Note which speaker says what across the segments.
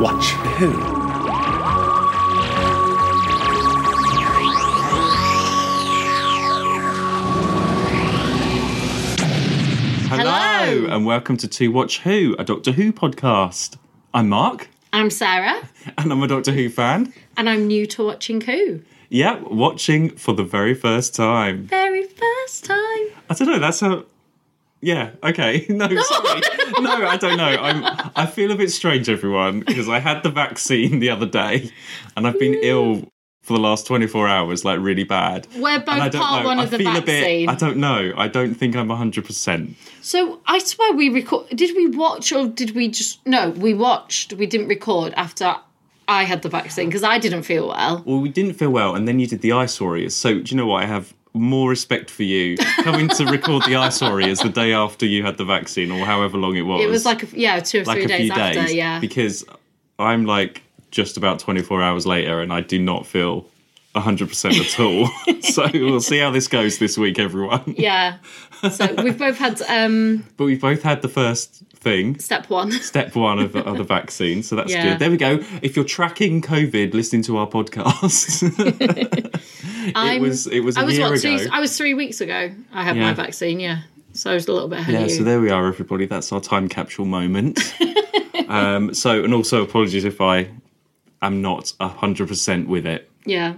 Speaker 1: Watch who?
Speaker 2: Hello.
Speaker 3: and welcome to To Watch Who, a Doctor Who podcast. I'm Mark,
Speaker 2: I'm Sarah,
Speaker 3: and I'm a Doctor Who fan.
Speaker 2: and I'm new to watching Who.
Speaker 3: Yeah, watching for the very first time.
Speaker 2: Very first time.
Speaker 3: I don't know. That's a yeah. Okay. No, sorry. No, I don't know. I'm. I feel a bit strange, everyone, because I had the vaccine the other day, and I've been ill for the last 24 hours, like really bad.
Speaker 2: We're both
Speaker 3: And I don't
Speaker 2: part
Speaker 3: know.
Speaker 2: one
Speaker 3: I
Speaker 2: of the
Speaker 3: feel
Speaker 2: vaccine.
Speaker 3: A bit, I don't know. I don't think I'm 100. percent
Speaker 2: So I swear we record. Did we watch or did we just? No, we watched. We didn't record after I had the vaccine because I didn't feel well.
Speaker 3: Well, we didn't feel well, and then you did the ice warriors. So do you know what? I have more respect for you coming to record the ice warriors the day after you had the vaccine, or however long it was.
Speaker 2: It was like a, yeah, two or
Speaker 3: like
Speaker 2: three
Speaker 3: a
Speaker 2: days
Speaker 3: few
Speaker 2: after.
Speaker 3: days
Speaker 2: Yeah,
Speaker 3: because i'm like just about 24 hours later and i do not feel 100% at all so we'll see how this goes this week everyone
Speaker 2: yeah. So we've both had um,
Speaker 3: but we both had the first thing
Speaker 2: step one.
Speaker 3: step one of, of the vaccine so that's
Speaker 2: Yeah.
Speaker 3: good there we go if you're tracking covid listening to our podcast it
Speaker 2: I'm-
Speaker 3: was it was a
Speaker 2: I was
Speaker 3: year
Speaker 2: what
Speaker 3: ago
Speaker 2: two? I was three weeks ago. I had
Speaker 3: Yeah.
Speaker 2: my vaccine. Yeah, so I was a little bit ahead
Speaker 3: yeah
Speaker 2: of you.
Speaker 3: so there we are everybody that's our time capsule moment um so and also apologies if i am not 100% with it
Speaker 2: yeah,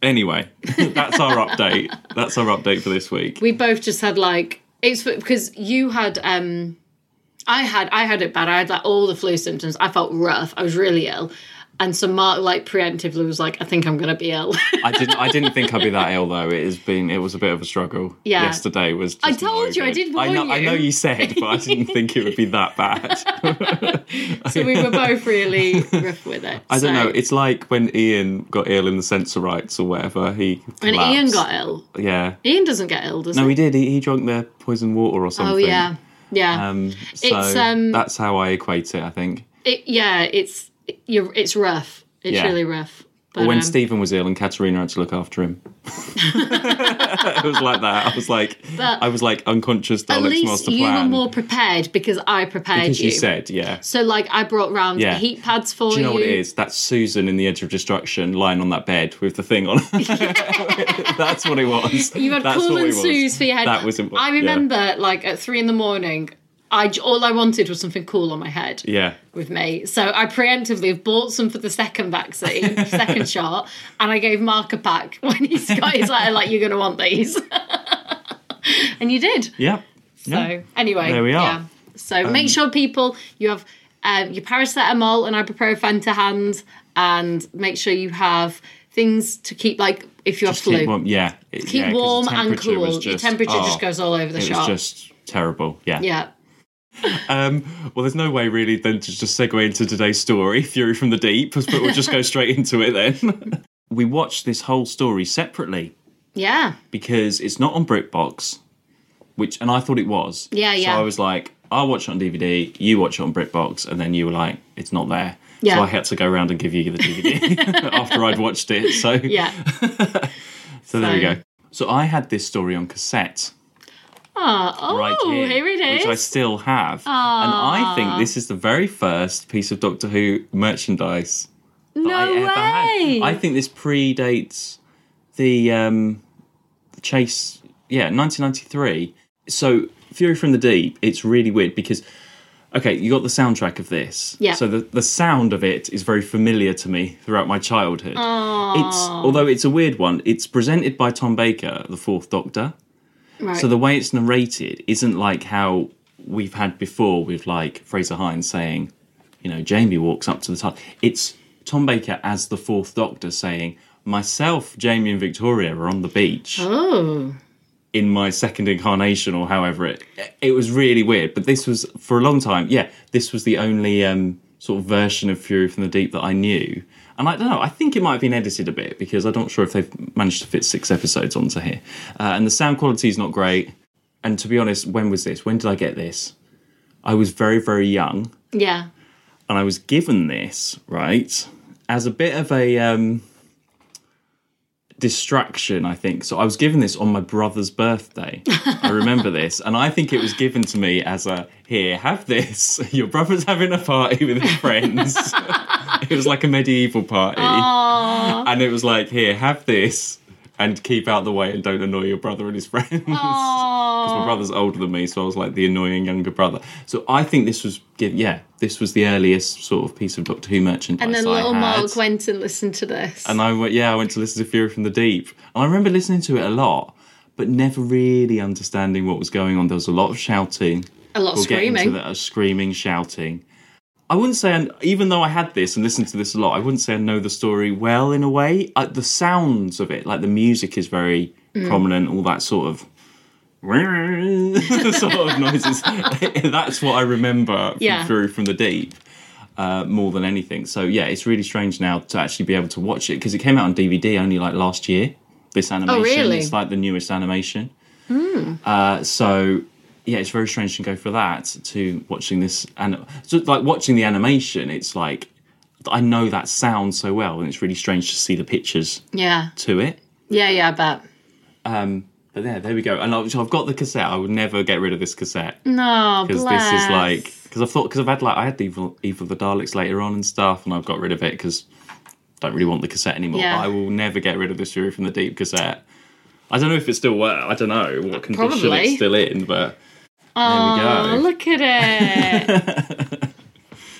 Speaker 3: Anyway, that's our update. That's our update for this week.
Speaker 2: we both just had like it's because you had um i had i had it bad i had like all the flu symptoms i felt rough i was really ill and so mark like preemptively was like i think i'm gonna be ill
Speaker 3: I didn't. I didn't think I'd be that ill though. It has been. It was a bit of a struggle.
Speaker 2: Yeah.
Speaker 3: Yesterday was. Just
Speaker 2: I told
Speaker 3: no
Speaker 2: you, I
Speaker 3: good.
Speaker 2: did
Speaker 3: I know,
Speaker 2: warn
Speaker 3: I know
Speaker 2: you.
Speaker 3: you said, but I didn't think it would be that bad.
Speaker 2: so we were both really rough with it
Speaker 3: I don't know. It's like when Ian got ill in the censor rights or whatever. He
Speaker 2: when ian
Speaker 3: collapsed.
Speaker 2: got ill
Speaker 3: Yeah.
Speaker 2: ian doesn't get ill does
Speaker 3: No,
Speaker 2: he
Speaker 3: he did. He, he drank their poison water or something.
Speaker 2: oh yeah yeah
Speaker 3: Um, so
Speaker 2: It's, um,
Speaker 3: that's how I equate it. I think.
Speaker 2: it, yeah it's you're, it's rough it's
Speaker 3: Yeah.
Speaker 2: really rough but
Speaker 3: Or when
Speaker 2: um,
Speaker 3: Stephen was ill and Katerina had to look after him. it was like that. I was like,
Speaker 2: But-
Speaker 3: I was like unconscious.
Speaker 2: at
Speaker 3: Daleks
Speaker 2: least
Speaker 3: master
Speaker 2: you
Speaker 3: plan.
Speaker 2: were more prepared because i prepared
Speaker 3: because you
Speaker 2: you,
Speaker 3: said, yeah.
Speaker 2: so like i brought round
Speaker 3: Yeah.
Speaker 2: heat pads for
Speaker 3: Do you know what it is? That's Susan in the Edge of Destruction, lying on that bed with the thing on. That's what it was.
Speaker 2: You had
Speaker 3: That's
Speaker 2: cool
Speaker 3: what it
Speaker 2: and
Speaker 3: was.
Speaker 2: Suze for your head.
Speaker 3: That was important.
Speaker 2: I remember, like at three in the morning, I j- all I wanted was something cool on my head
Speaker 3: Yeah.
Speaker 2: with me. So I preemptively have bought some for the second vaccine, second shot, and I gave Mark a pack when he's got his letter, like you're going to want these, and you did.
Speaker 3: Yeah. Yeah.
Speaker 2: So anyway,
Speaker 3: There we are. Um,
Speaker 2: Yeah. So make sure people you have um, your paracetamol and ibuprofen to hand, and make sure you have things to keep like if you have flu.
Speaker 3: Keep warm. Yeah. It-
Speaker 2: Keep
Speaker 3: yeah, 'cause the
Speaker 2: warm and
Speaker 3: temperature was
Speaker 2: cool. your
Speaker 3: just-
Speaker 2: temperature
Speaker 3: oh,
Speaker 2: just goes all over the
Speaker 3: It was
Speaker 2: shop.
Speaker 3: just terrible. Yeah.
Speaker 2: yeah.
Speaker 3: Um, well, there's no way really then to just segue into today's story, Fury from the Deep, but we'll just go straight into it then. we watched this whole story separately
Speaker 2: Yeah.
Speaker 3: because it's not on BritBox, which, and I thought it was.
Speaker 2: Yeah, yeah.
Speaker 3: So I was like, I'll watch it on DVD, you watch it on BritBox, and then you were like, it's not there.
Speaker 2: Yeah.
Speaker 3: So I had to go around and give you the DVD after I'd watched it. So,
Speaker 2: Yeah.
Speaker 3: so there we
Speaker 2: So-
Speaker 3: go. So I had this story on cassette
Speaker 2: Ah, oh,
Speaker 3: right here,
Speaker 2: here it is.
Speaker 3: which I still have. And I think this is the very first piece of Doctor Who merchandise that I
Speaker 2: no
Speaker 3: ever
Speaker 2: way.
Speaker 3: had. I think this predates the um, Chase, yeah, 1993. So Fury from the Deep, it's really weird because. Okay, you got the soundtrack of this.
Speaker 2: Yeah.
Speaker 3: So the, the sound of it is very familiar to me throughout my childhood. It's although it's a weird one, it's presented by Tom Baker, the fourth doctor.
Speaker 2: right.
Speaker 3: So the way it's narrated isn't like how we've had before with like Fraser Hines saying, you know, Jamie walks up to the top. It's Tom Baker as the fourth doctor saying, Myself, Jamie and Victoria are on the beach
Speaker 2: oh.
Speaker 3: in my second incarnation or however it it was really weird. But this was for a long time, yeah, this was the only um sort of version of Fury from the Deep that I knew. And I don't know, I think it might have been edited a bit because I'm not sure if they've managed to fit six episodes onto here. Uh, and the sound quality is not great. And to be honest, when was this? When did I get this? I was very, very young
Speaker 2: Yeah.
Speaker 3: and I was given this right as a bit of a um, distraction, I think. So I was given this on my brother's birthday. I remember this. And I think it was given to me as a here, have this. Your brother's having a party with his friends. it was like a medieval party.
Speaker 2: Aww.
Speaker 3: And it was like, here, have this and keep out the way and don't annoy your brother and his friends. Because my brother's older than me, so I was like the annoying younger brother. So I think this was, give, yeah, this was the earliest sort of piece of Doctor Who merchandise.
Speaker 2: And then
Speaker 3: I
Speaker 2: little
Speaker 3: had.
Speaker 2: Mark went and listened to this.
Speaker 3: And I went, yeah, I went to listen to Fury from the Deep. And I remember listening to it a lot, but never really understanding what was going on. There was a lot of shouting.
Speaker 2: a lot of
Speaker 3: We'll get into
Speaker 2: screaming.
Speaker 3: that, uh, screaming, shouting. I wouldn't say, and even though I had this and listened to this a lot, I wouldn't say I know the story well in a way. Uh, the sounds of it, like the music is very prominent, all that sort of. sort of noises. That's what I remember from
Speaker 2: Yeah.
Speaker 3: Fury from the Deep uh, more than anything. So yeah, it's really strange now to actually be able to watch it because it came out on DVD only like last year. This animation,
Speaker 2: Oh, really? Hmm.
Speaker 3: it's like the newest animation. Uh, so yeah, it's very strange to go for that to watching this and so, like watching the animation. It's like I know that sound so well, and it's really strange to see the pictures
Speaker 2: Yeah.
Speaker 3: to it.
Speaker 2: Yeah, yeah, I bet.
Speaker 3: But there, there we go. And I've so I've got the cassette. I would never get rid of this cassette
Speaker 2: No,
Speaker 3: because
Speaker 2: bless.
Speaker 3: this is like because I thought because I've had like I had Evil Evil of the Daleks later on and stuff, and I've got rid of it because don't really want the cassette anymore.
Speaker 2: Yeah.
Speaker 3: But I will never get rid of this Fury from the Deep cassette. I don't know if it's still works. I don't know what condition
Speaker 2: Probably.
Speaker 3: it's still in, but
Speaker 2: Oh,
Speaker 3: go.
Speaker 2: look at it.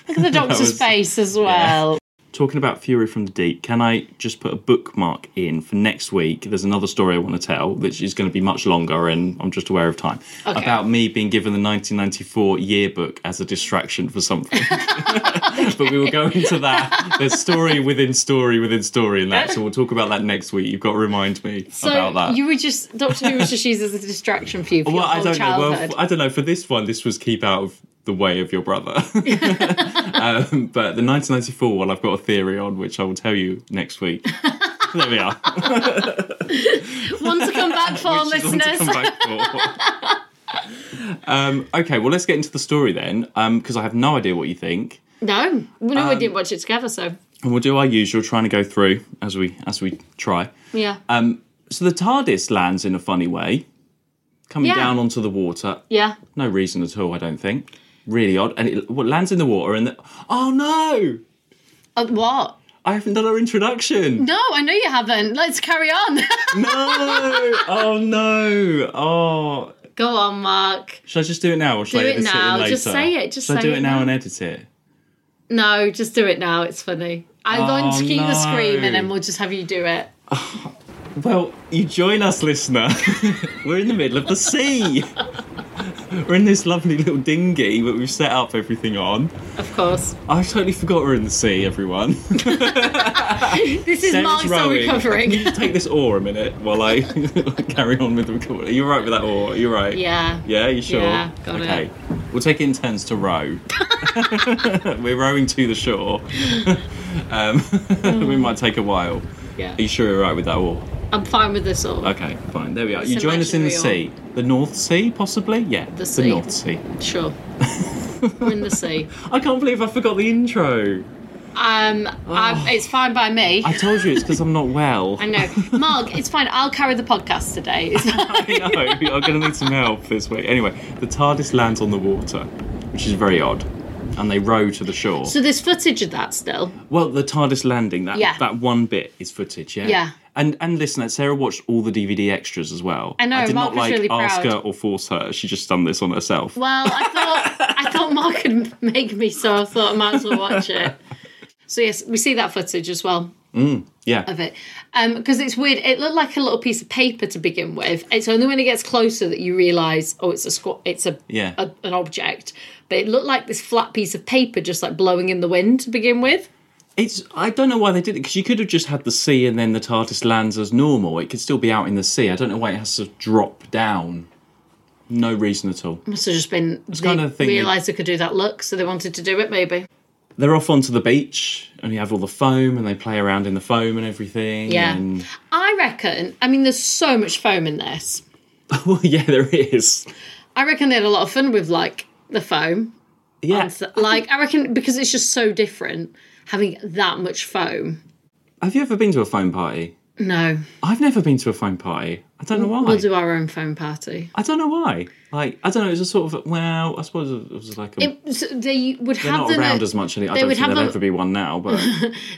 Speaker 2: look at the doctor's
Speaker 3: was-
Speaker 2: face as well.
Speaker 3: talking about Fury from the Deep, can I just put a bookmark in for next week? There's another story I want to tell, which is going to be much longer, and I'm just aware of time.
Speaker 2: Okay.
Speaker 3: About me being given the 1994 yearbook as a distraction for something. but we will go into that. There's story within story within story in that, so we'll talk about that next week. You've got to remind me
Speaker 2: So
Speaker 3: about that.
Speaker 2: you were just Doctor Who was just used as a distraction for you for
Speaker 3: well,
Speaker 2: your
Speaker 3: I
Speaker 2: whole
Speaker 3: don't know.
Speaker 2: childhood.
Speaker 3: Well, I don't know. For this one, this was keep out of the way of your brother. um, but the 1994 one, I've got a theory on, which I will tell you next week. there we are.
Speaker 2: One to come back for,
Speaker 3: Which is one to
Speaker 2: listeners.
Speaker 3: come back for. um, okay, well, let's get into the story then, because I have no idea what you think,
Speaker 2: No, well, no, we
Speaker 3: Um,
Speaker 2: didn't watch it together, so
Speaker 3: and we'll do our usual, trying to go through as we as we try.
Speaker 2: yeah,
Speaker 3: Um, so the TARDIS lands in a funny way, coming
Speaker 2: Yeah.
Speaker 3: down onto the water.
Speaker 2: yeah.
Speaker 3: No reason at all, I don't think. Really odd. And it what lands in the water and the, oh no!
Speaker 2: Uh, what?
Speaker 3: I haven't done our introduction.
Speaker 2: No, I know you haven't. Let's carry on.
Speaker 3: No! oh no! Oh,
Speaker 2: Go on, Mark.
Speaker 3: should I just do it now or should
Speaker 2: Do
Speaker 3: I
Speaker 2: it
Speaker 3: edit it, in
Speaker 2: now.
Speaker 3: later?
Speaker 2: Just say it. Just
Speaker 3: should I
Speaker 2: say
Speaker 3: do
Speaker 2: it
Speaker 3: it now,
Speaker 2: now.
Speaker 3: and edit it?
Speaker 2: No, just do it now. It's funny. I'm going to
Speaker 3: Oh,
Speaker 2: keep the
Speaker 3: no.
Speaker 2: scream, and then we'll just have you do it.
Speaker 3: Well, you join us, listener. We're in the middle of the sea. We're in this lovely little dinghy that we've set up everything on.
Speaker 2: Of course.
Speaker 3: I totally forgot we're in the sea, everyone.
Speaker 2: This is
Speaker 3: Sarah's
Speaker 2: Mark's all
Speaker 3: rowing.
Speaker 2: recovering.
Speaker 3: Take this oar a minute while I carry on with the recording. You're right with that oar. You're right.
Speaker 2: yeah.
Speaker 3: Yeah, you sure?
Speaker 2: Yeah, got
Speaker 3: okay.
Speaker 2: it.
Speaker 3: We'll take it in turns to row. We're rowing to the shore. um, we might take a while.
Speaker 2: Yeah.
Speaker 3: Are you sure you're right with that oar?
Speaker 2: I'm fine with this all.
Speaker 3: Okay, fine. There we are. you
Speaker 2: It's
Speaker 3: join us in the
Speaker 2: imaginary
Speaker 3: sea. The North Sea, possibly? Yeah. The,
Speaker 2: sea.
Speaker 3: North Sea.
Speaker 2: Sure. We're in the sea.
Speaker 3: I can't believe I forgot the intro.
Speaker 2: Um, I'm- it's fine by me.
Speaker 3: Oh. I told you it's because I'm not well.
Speaker 2: I know. Mark, it's fine. I'll carry the podcast today. It's fine.
Speaker 3: I know. I'm going to need some help this week. Anyway, the TARDIS lands on the water, which is very odd, and they row to the shore.
Speaker 2: so there's footage of that still.
Speaker 3: well, the TARDIS landing, that
Speaker 2: Yeah.
Speaker 3: that one bit is footage, yeah.
Speaker 2: Yeah.
Speaker 3: And and listen, Sarah watched all the DVD extras as well.
Speaker 2: I know,
Speaker 3: I did not
Speaker 2: Mark was
Speaker 3: like
Speaker 2: really
Speaker 3: ask
Speaker 2: proud.
Speaker 3: her or force her. She just done this on herself.
Speaker 2: Well, I thought I thought Mark could make me, so I thought I might as well watch it. So yes, we see that footage as well
Speaker 3: yeah.
Speaker 2: of it because it's weird. It looked like a little piece of paper to begin with. It's only when it gets closer that you realise, oh, it's a squ- it's a,
Speaker 3: Yeah.
Speaker 2: a an object. But it looked like this flat piece of paper, just like blowing in the wind to begin with.
Speaker 3: It's I don't know why they did it because you could have just had the sea and then the TARDIS lands as normal. It could still be out in the sea. I don't know why it has to drop down. No reason at all.
Speaker 2: Must have just been they
Speaker 3: kind of the thing you-
Speaker 2: realised they could do that look, so they wanted to do it. Maybe
Speaker 3: They're off onto the beach and you have all the foam and they play around in the foam and everything.
Speaker 2: Yeah.
Speaker 3: and-
Speaker 2: I reckon. I mean, there's so much foam in this.
Speaker 3: well, yeah, there is.
Speaker 2: I reckon they had a lot of fun with like the foam.
Speaker 3: Yeah.
Speaker 2: So, like I reckon because it's just so different having that much foam.
Speaker 3: Have you ever been to a foam party?
Speaker 2: No,
Speaker 3: I've never been to a phone party. I don't know why.
Speaker 2: we'll do our own phone party.
Speaker 3: I don't know why. Like I don't know. It's a sort of well, I suppose it was like a,
Speaker 2: It, was- they would
Speaker 3: they're
Speaker 2: have
Speaker 3: not
Speaker 2: them.
Speaker 3: around
Speaker 2: At,
Speaker 3: as much. Any, I
Speaker 2: they
Speaker 3: don't
Speaker 2: would
Speaker 3: think
Speaker 2: have
Speaker 3: there'll
Speaker 2: them-
Speaker 3: ever be one now. But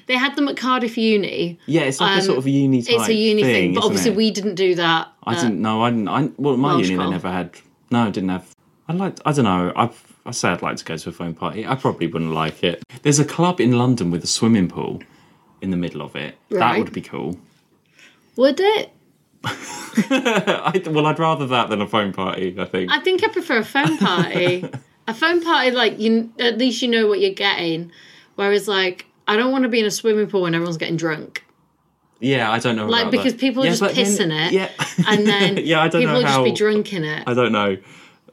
Speaker 2: they had them at Cardiff Uni.
Speaker 3: yeah, it's like a sort of uni. Type
Speaker 2: Um, It's a uni thing, but
Speaker 3: isn't
Speaker 2: obviously
Speaker 3: it?
Speaker 2: we didn't do that.
Speaker 3: I didn't know. I didn't. I, well, my
Speaker 2: Uh, Welsh
Speaker 3: uni
Speaker 2: Call.
Speaker 3: they never had. No, I didn't have. I like. I don't know. I I say I'd like to go to a phone party. I probably wouldn't like it. There's a club in London with a swimming pool in the middle of it. That
Speaker 2: Right.
Speaker 3: would be cool.
Speaker 2: Would it?
Speaker 3: I, well, I'd rather that than a phone party. I think.
Speaker 2: I think I prefer a phone party. a phone party, like you, at least you know what you're getting. Whereas, like, I don't want to be in a swimming pool when everyone's getting drunk,
Speaker 3: yeah, I don't know.
Speaker 2: Like,
Speaker 3: about
Speaker 2: because
Speaker 3: that.
Speaker 2: people are just
Speaker 3: but
Speaker 2: pissing
Speaker 3: then-
Speaker 2: it,
Speaker 3: Yeah.
Speaker 2: and then
Speaker 3: yeah, I don't
Speaker 2: people
Speaker 3: know
Speaker 2: will
Speaker 3: how.
Speaker 2: just be drunk in it.
Speaker 3: I don't know.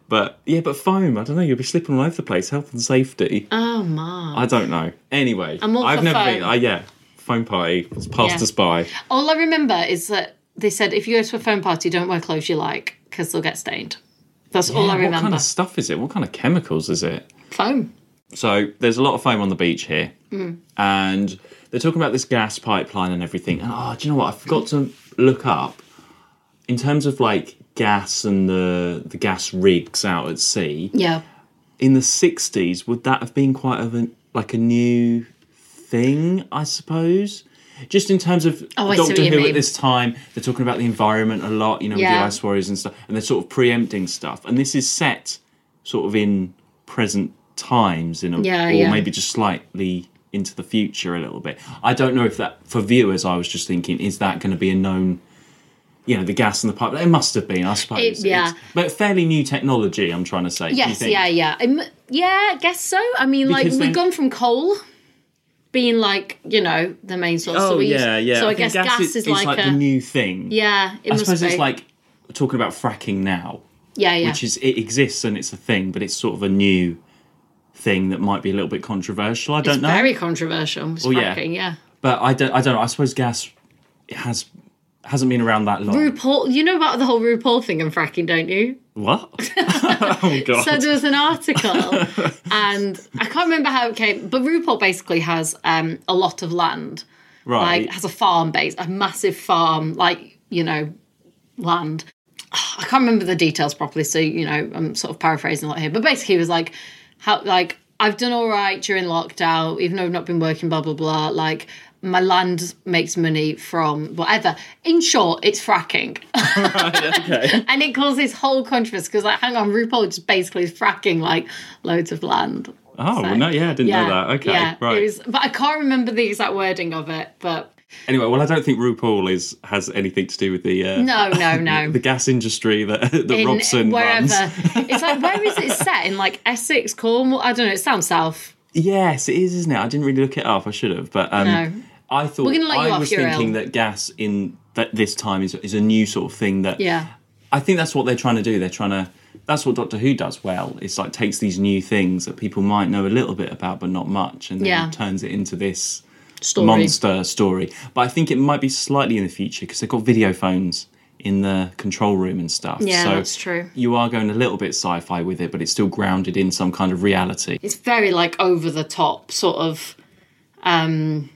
Speaker 3: But yeah, but foam. I don't know. You'll be slipping all over the place. Health and safety.
Speaker 2: oh my!
Speaker 3: I don't know. Anyway,
Speaker 2: I'm all
Speaker 3: have
Speaker 2: for
Speaker 3: never
Speaker 2: foam.
Speaker 3: been. I yeah, phone party. It's passed
Speaker 2: Yeah.
Speaker 3: us by.
Speaker 2: All I remember is that they said if you go to a phone party, don't wear clothes you like because they'll get stained. That's all Oh,
Speaker 3: Yeah,
Speaker 2: I remember.
Speaker 3: What kind of stuff is it? What kind of chemicals is it?
Speaker 2: Foam.
Speaker 3: So there's a lot of foam on the beach here, and they're talking about this gas pipeline and everything. And oh, do you know what? I forgot to look up in terms of like gas and the the gas rigs out at sea
Speaker 2: Yeah.
Speaker 3: in the 60s would that have been quite of an like a new thing i suppose just in terms of
Speaker 2: Oh, I see what
Speaker 3: doctor
Speaker 2: you
Speaker 3: who
Speaker 2: mean.
Speaker 3: at this time they're talking about the environment a lot you know with the
Speaker 2: Yeah.
Speaker 3: ice warriors and stuff and they're sort of preempting stuff and this is set sort of in present times in a,
Speaker 2: Yeah,
Speaker 3: or
Speaker 2: yeah.
Speaker 3: maybe just slightly into the future a little bit i don't know if that for viewers i was just thinking is that going to be a known you know the gas and the pipe it must have been i suppose It's-
Speaker 2: yeah.
Speaker 3: but fairly new technology i'm trying to say do you
Speaker 2: Yes.
Speaker 3: think?
Speaker 2: Yeah. Yeah. Um, yeah. I guess so. I mean, like
Speaker 3: Because
Speaker 2: we've
Speaker 3: then-
Speaker 2: gone from coal being like you know the main source. that
Speaker 3: Oh
Speaker 2: we use.
Speaker 3: yeah, yeah.
Speaker 2: So I,
Speaker 3: think
Speaker 2: guess gas, is, like, a
Speaker 3: the new thing.
Speaker 2: yeah. It
Speaker 3: I
Speaker 2: must
Speaker 3: suppose
Speaker 2: be.
Speaker 3: it's like talking about fracking now,
Speaker 2: yeah. Yeah.
Speaker 3: which is it exists and it's a thing, but it's sort of a new thing that might be a little bit controversial. I don't
Speaker 2: it's
Speaker 3: know, Oh,
Speaker 2: very controversial. It's
Speaker 3: yeah.
Speaker 2: fracking, yeah.
Speaker 3: but I don't. I don't know. I suppose gas has hasn't been around that long.
Speaker 2: RuPaul, you know about the whole RuPaul thing and fracking, don't you?
Speaker 3: What? oh god.
Speaker 2: So there was an article, and I can't remember how it came, but RuPaul basically has um, a lot of land,
Speaker 3: right.
Speaker 2: like has a farm base, a massive farm, like you know, land. I can't remember the details properly, so you know, I'm sort of paraphrasing a lot here, but basically, he was like, how like I've done all right during lockdown, even though I've not been working, blah blah blah, like. My land makes money from whatever. In short, it's fracking.
Speaker 3: okay.
Speaker 2: And it causes whole controversy because, like, hang on, RuPaul just basically is fracking like loads of land.
Speaker 3: Oh well, no. Yeah, I didn't know that. Okay.
Speaker 2: yeah,
Speaker 3: right.
Speaker 2: It was, but I can't remember the exact wording of it. But
Speaker 3: Anyway, well, I don't think RuPaul is has anything to do with the uh,
Speaker 2: no, no, no.
Speaker 3: the gas industry that that
Speaker 2: In
Speaker 3: Robson runs.
Speaker 2: wherever it's like, where is it set in? Like Essex, Cornwall? I don't know. It's down south.
Speaker 3: Yes, it is, isn't it? I didn't really look it up. I should have, but um,
Speaker 2: No.
Speaker 3: I thought
Speaker 2: gonna let you
Speaker 3: I
Speaker 2: off
Speaker 3: was
Speaker 2: your
Speaker 3: thinking
Speaker 2: L.
Speaker 3: that gas in that this time is is a new sort of thing that
Speaker 2: Yeah,
Speaker 3: I think that's what they're trying to do. They're trying to that's what Doctor Who does well. It's like takes these new things that people might know a little bit about but not much, and then
Speaker 2: Yeah.
Speaker 3: turns it into this
Speaker 2: story.
Speaker 3: monster story. But I think it might be slightly in the future because they've got video phones in the control room and stuff.
Speaker 2: Yeah,
Speaker 3: so
Speaker 2: that's true.
Speaker 3: You are going a little bit sci-fi with it, but it's still grounded in some kind of reality.
Speaker 2: It's very like over the top, sort of. Um,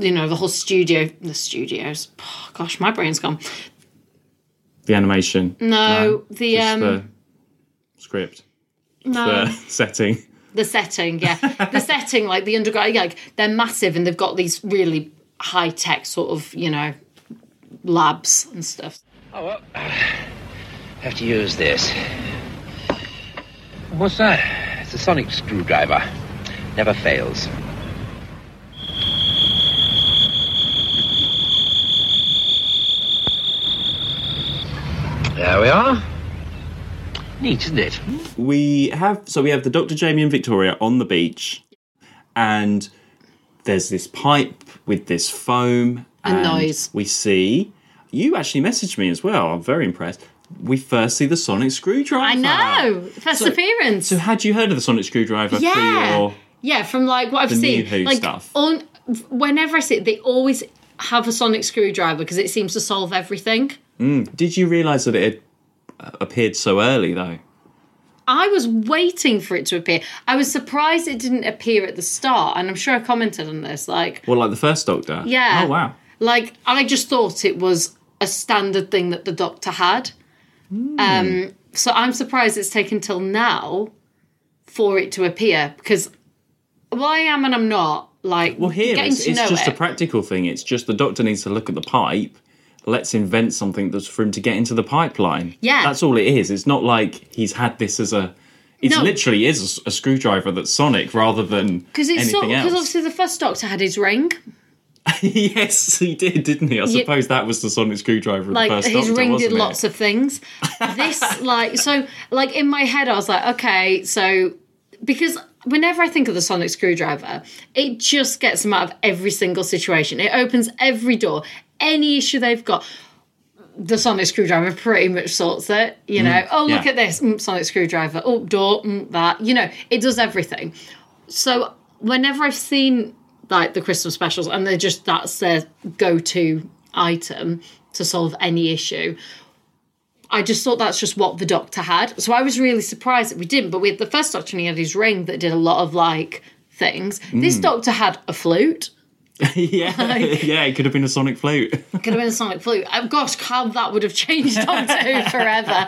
Speaker 2: you know, the whole studio, the studios. Oh, gosh, my brain's gone.
Speaker 3: The animation.
Speaker 2: No, the
Speaker 3: Just
Speaker 2: um,
Speaker 3: the script,
Speaker 2: no.
Speaker 3: the setting.
Speaker 2: The setting, yeah. the setting, like the underground, yeah, like they're massive and they've got these really high tech sort of, you know, labs and stuff.
Speaker 1: Oh, well. Have to use this. What's that? It's a sonic screwdriver. Never fails. There we are. Neat, isn't it?
Speaker 3: We have so we have the Doctor Jamie and Victoria on the beach, and there's this pipe with this foam
Speaker 2: And
Speaker 3: and
Speaker 2: noise.
Speaker 3: We see you actually messaged me as well. I'm very impressed. We first see the sonic screwdriver.
Speaker 2: I know. First
Speaker 3: So-
Speaker 2: appearance.
Speaker 3: So had you heard of the sonic screwdriver? for
Speaker 2: yeah.
Speaker 3: your-
Speaker 2: yeah, from like what I've
Speaker 3: new
Speaker 2: seen.
Speaker 3: Who
Speaker 2: like
Speaker 3: stuff.
Speaker 2: On, whenever I see it, they always have a sonic screwdriver because it seems to solve everything.
Speaker 3: Did you realise that it had uh, appeared so early though?
Speaker 2: I was waiting for it to appear. I was surprised it didn't appear at the start, and I'm sure I commented on this. Like,
Speaker 3: Well, like the first Doctor.
Speaker 2: Yeah.
Speaker 3: Oh wow.
Speaker 2: Like I just thought it was a standard thing that the doctor had.
Speaker 3: Hmm.
Speaker 2: Um, so I'm surprised it's taken till now for it to appear because well, I am and I'm not like
Speaker 3: Well, here
Speaker 2: getting
Speaker 3: it's,
Speaker 2: to
Speaker 3: it's
Speaker 2: know
Speaker 3: just
Speaker 2: it.
Speaker 3: a practical thing. It's just the doctor needs to look at the pipe. Let's invent something that's for him to get into the pipeline.
Speaker 2: Yeah.
Speaker 3: that's all it is. It's not like he's had this as a. It
Speaker 2: No.
Speaker 3: literally is a s- a, screwdriver that's sonic rather than
Speaker 2: because it's
Speaker 3: anything
Speaker 2: sort because
Speaker 3: else.
Speaker 2: obviously the first doctor had his ring,
Speaker 3: yes, he did, didn't he? I suppose that was the sonic screwdriver. of
Speaker 2: like
Speaker 3: the first
Speaker 2: his
Speaker 3: doctor,
Speaker 2: ring
Speaker 3: wasn't
Speaker 2: did
Speaker 3: it?
Speaker 2: lots of things. This like so like in my head I was like okay so because whenever I think of the sonic screwdriver it just gets them out of every single situation. It opens every door, any issue they've got. The sonic screwdriver pretty much sorts it, you know. oh, look
Speaker 3: yeah.
Speaker 2: at this mm, sonic screwdriver. Oh, door, mm, that. You know, it does everything. So whenever I've seen like the Christmas specials, and they're just that's their go-to item to solve any issue. I just thought that's just what the doctor had. So I was really surprised that we didn't. But we had the first doctor and he had his ring that did a lot of like things.
Speaker 3: Hmm.
Speaker 2: This doctor had a flute.
Speaker 3: yeah, yeah, it could have been a sonic flute.
Speaker 2: Could have been a sonic flute. Oh, gosh, how that would have changed Doctor Who forever.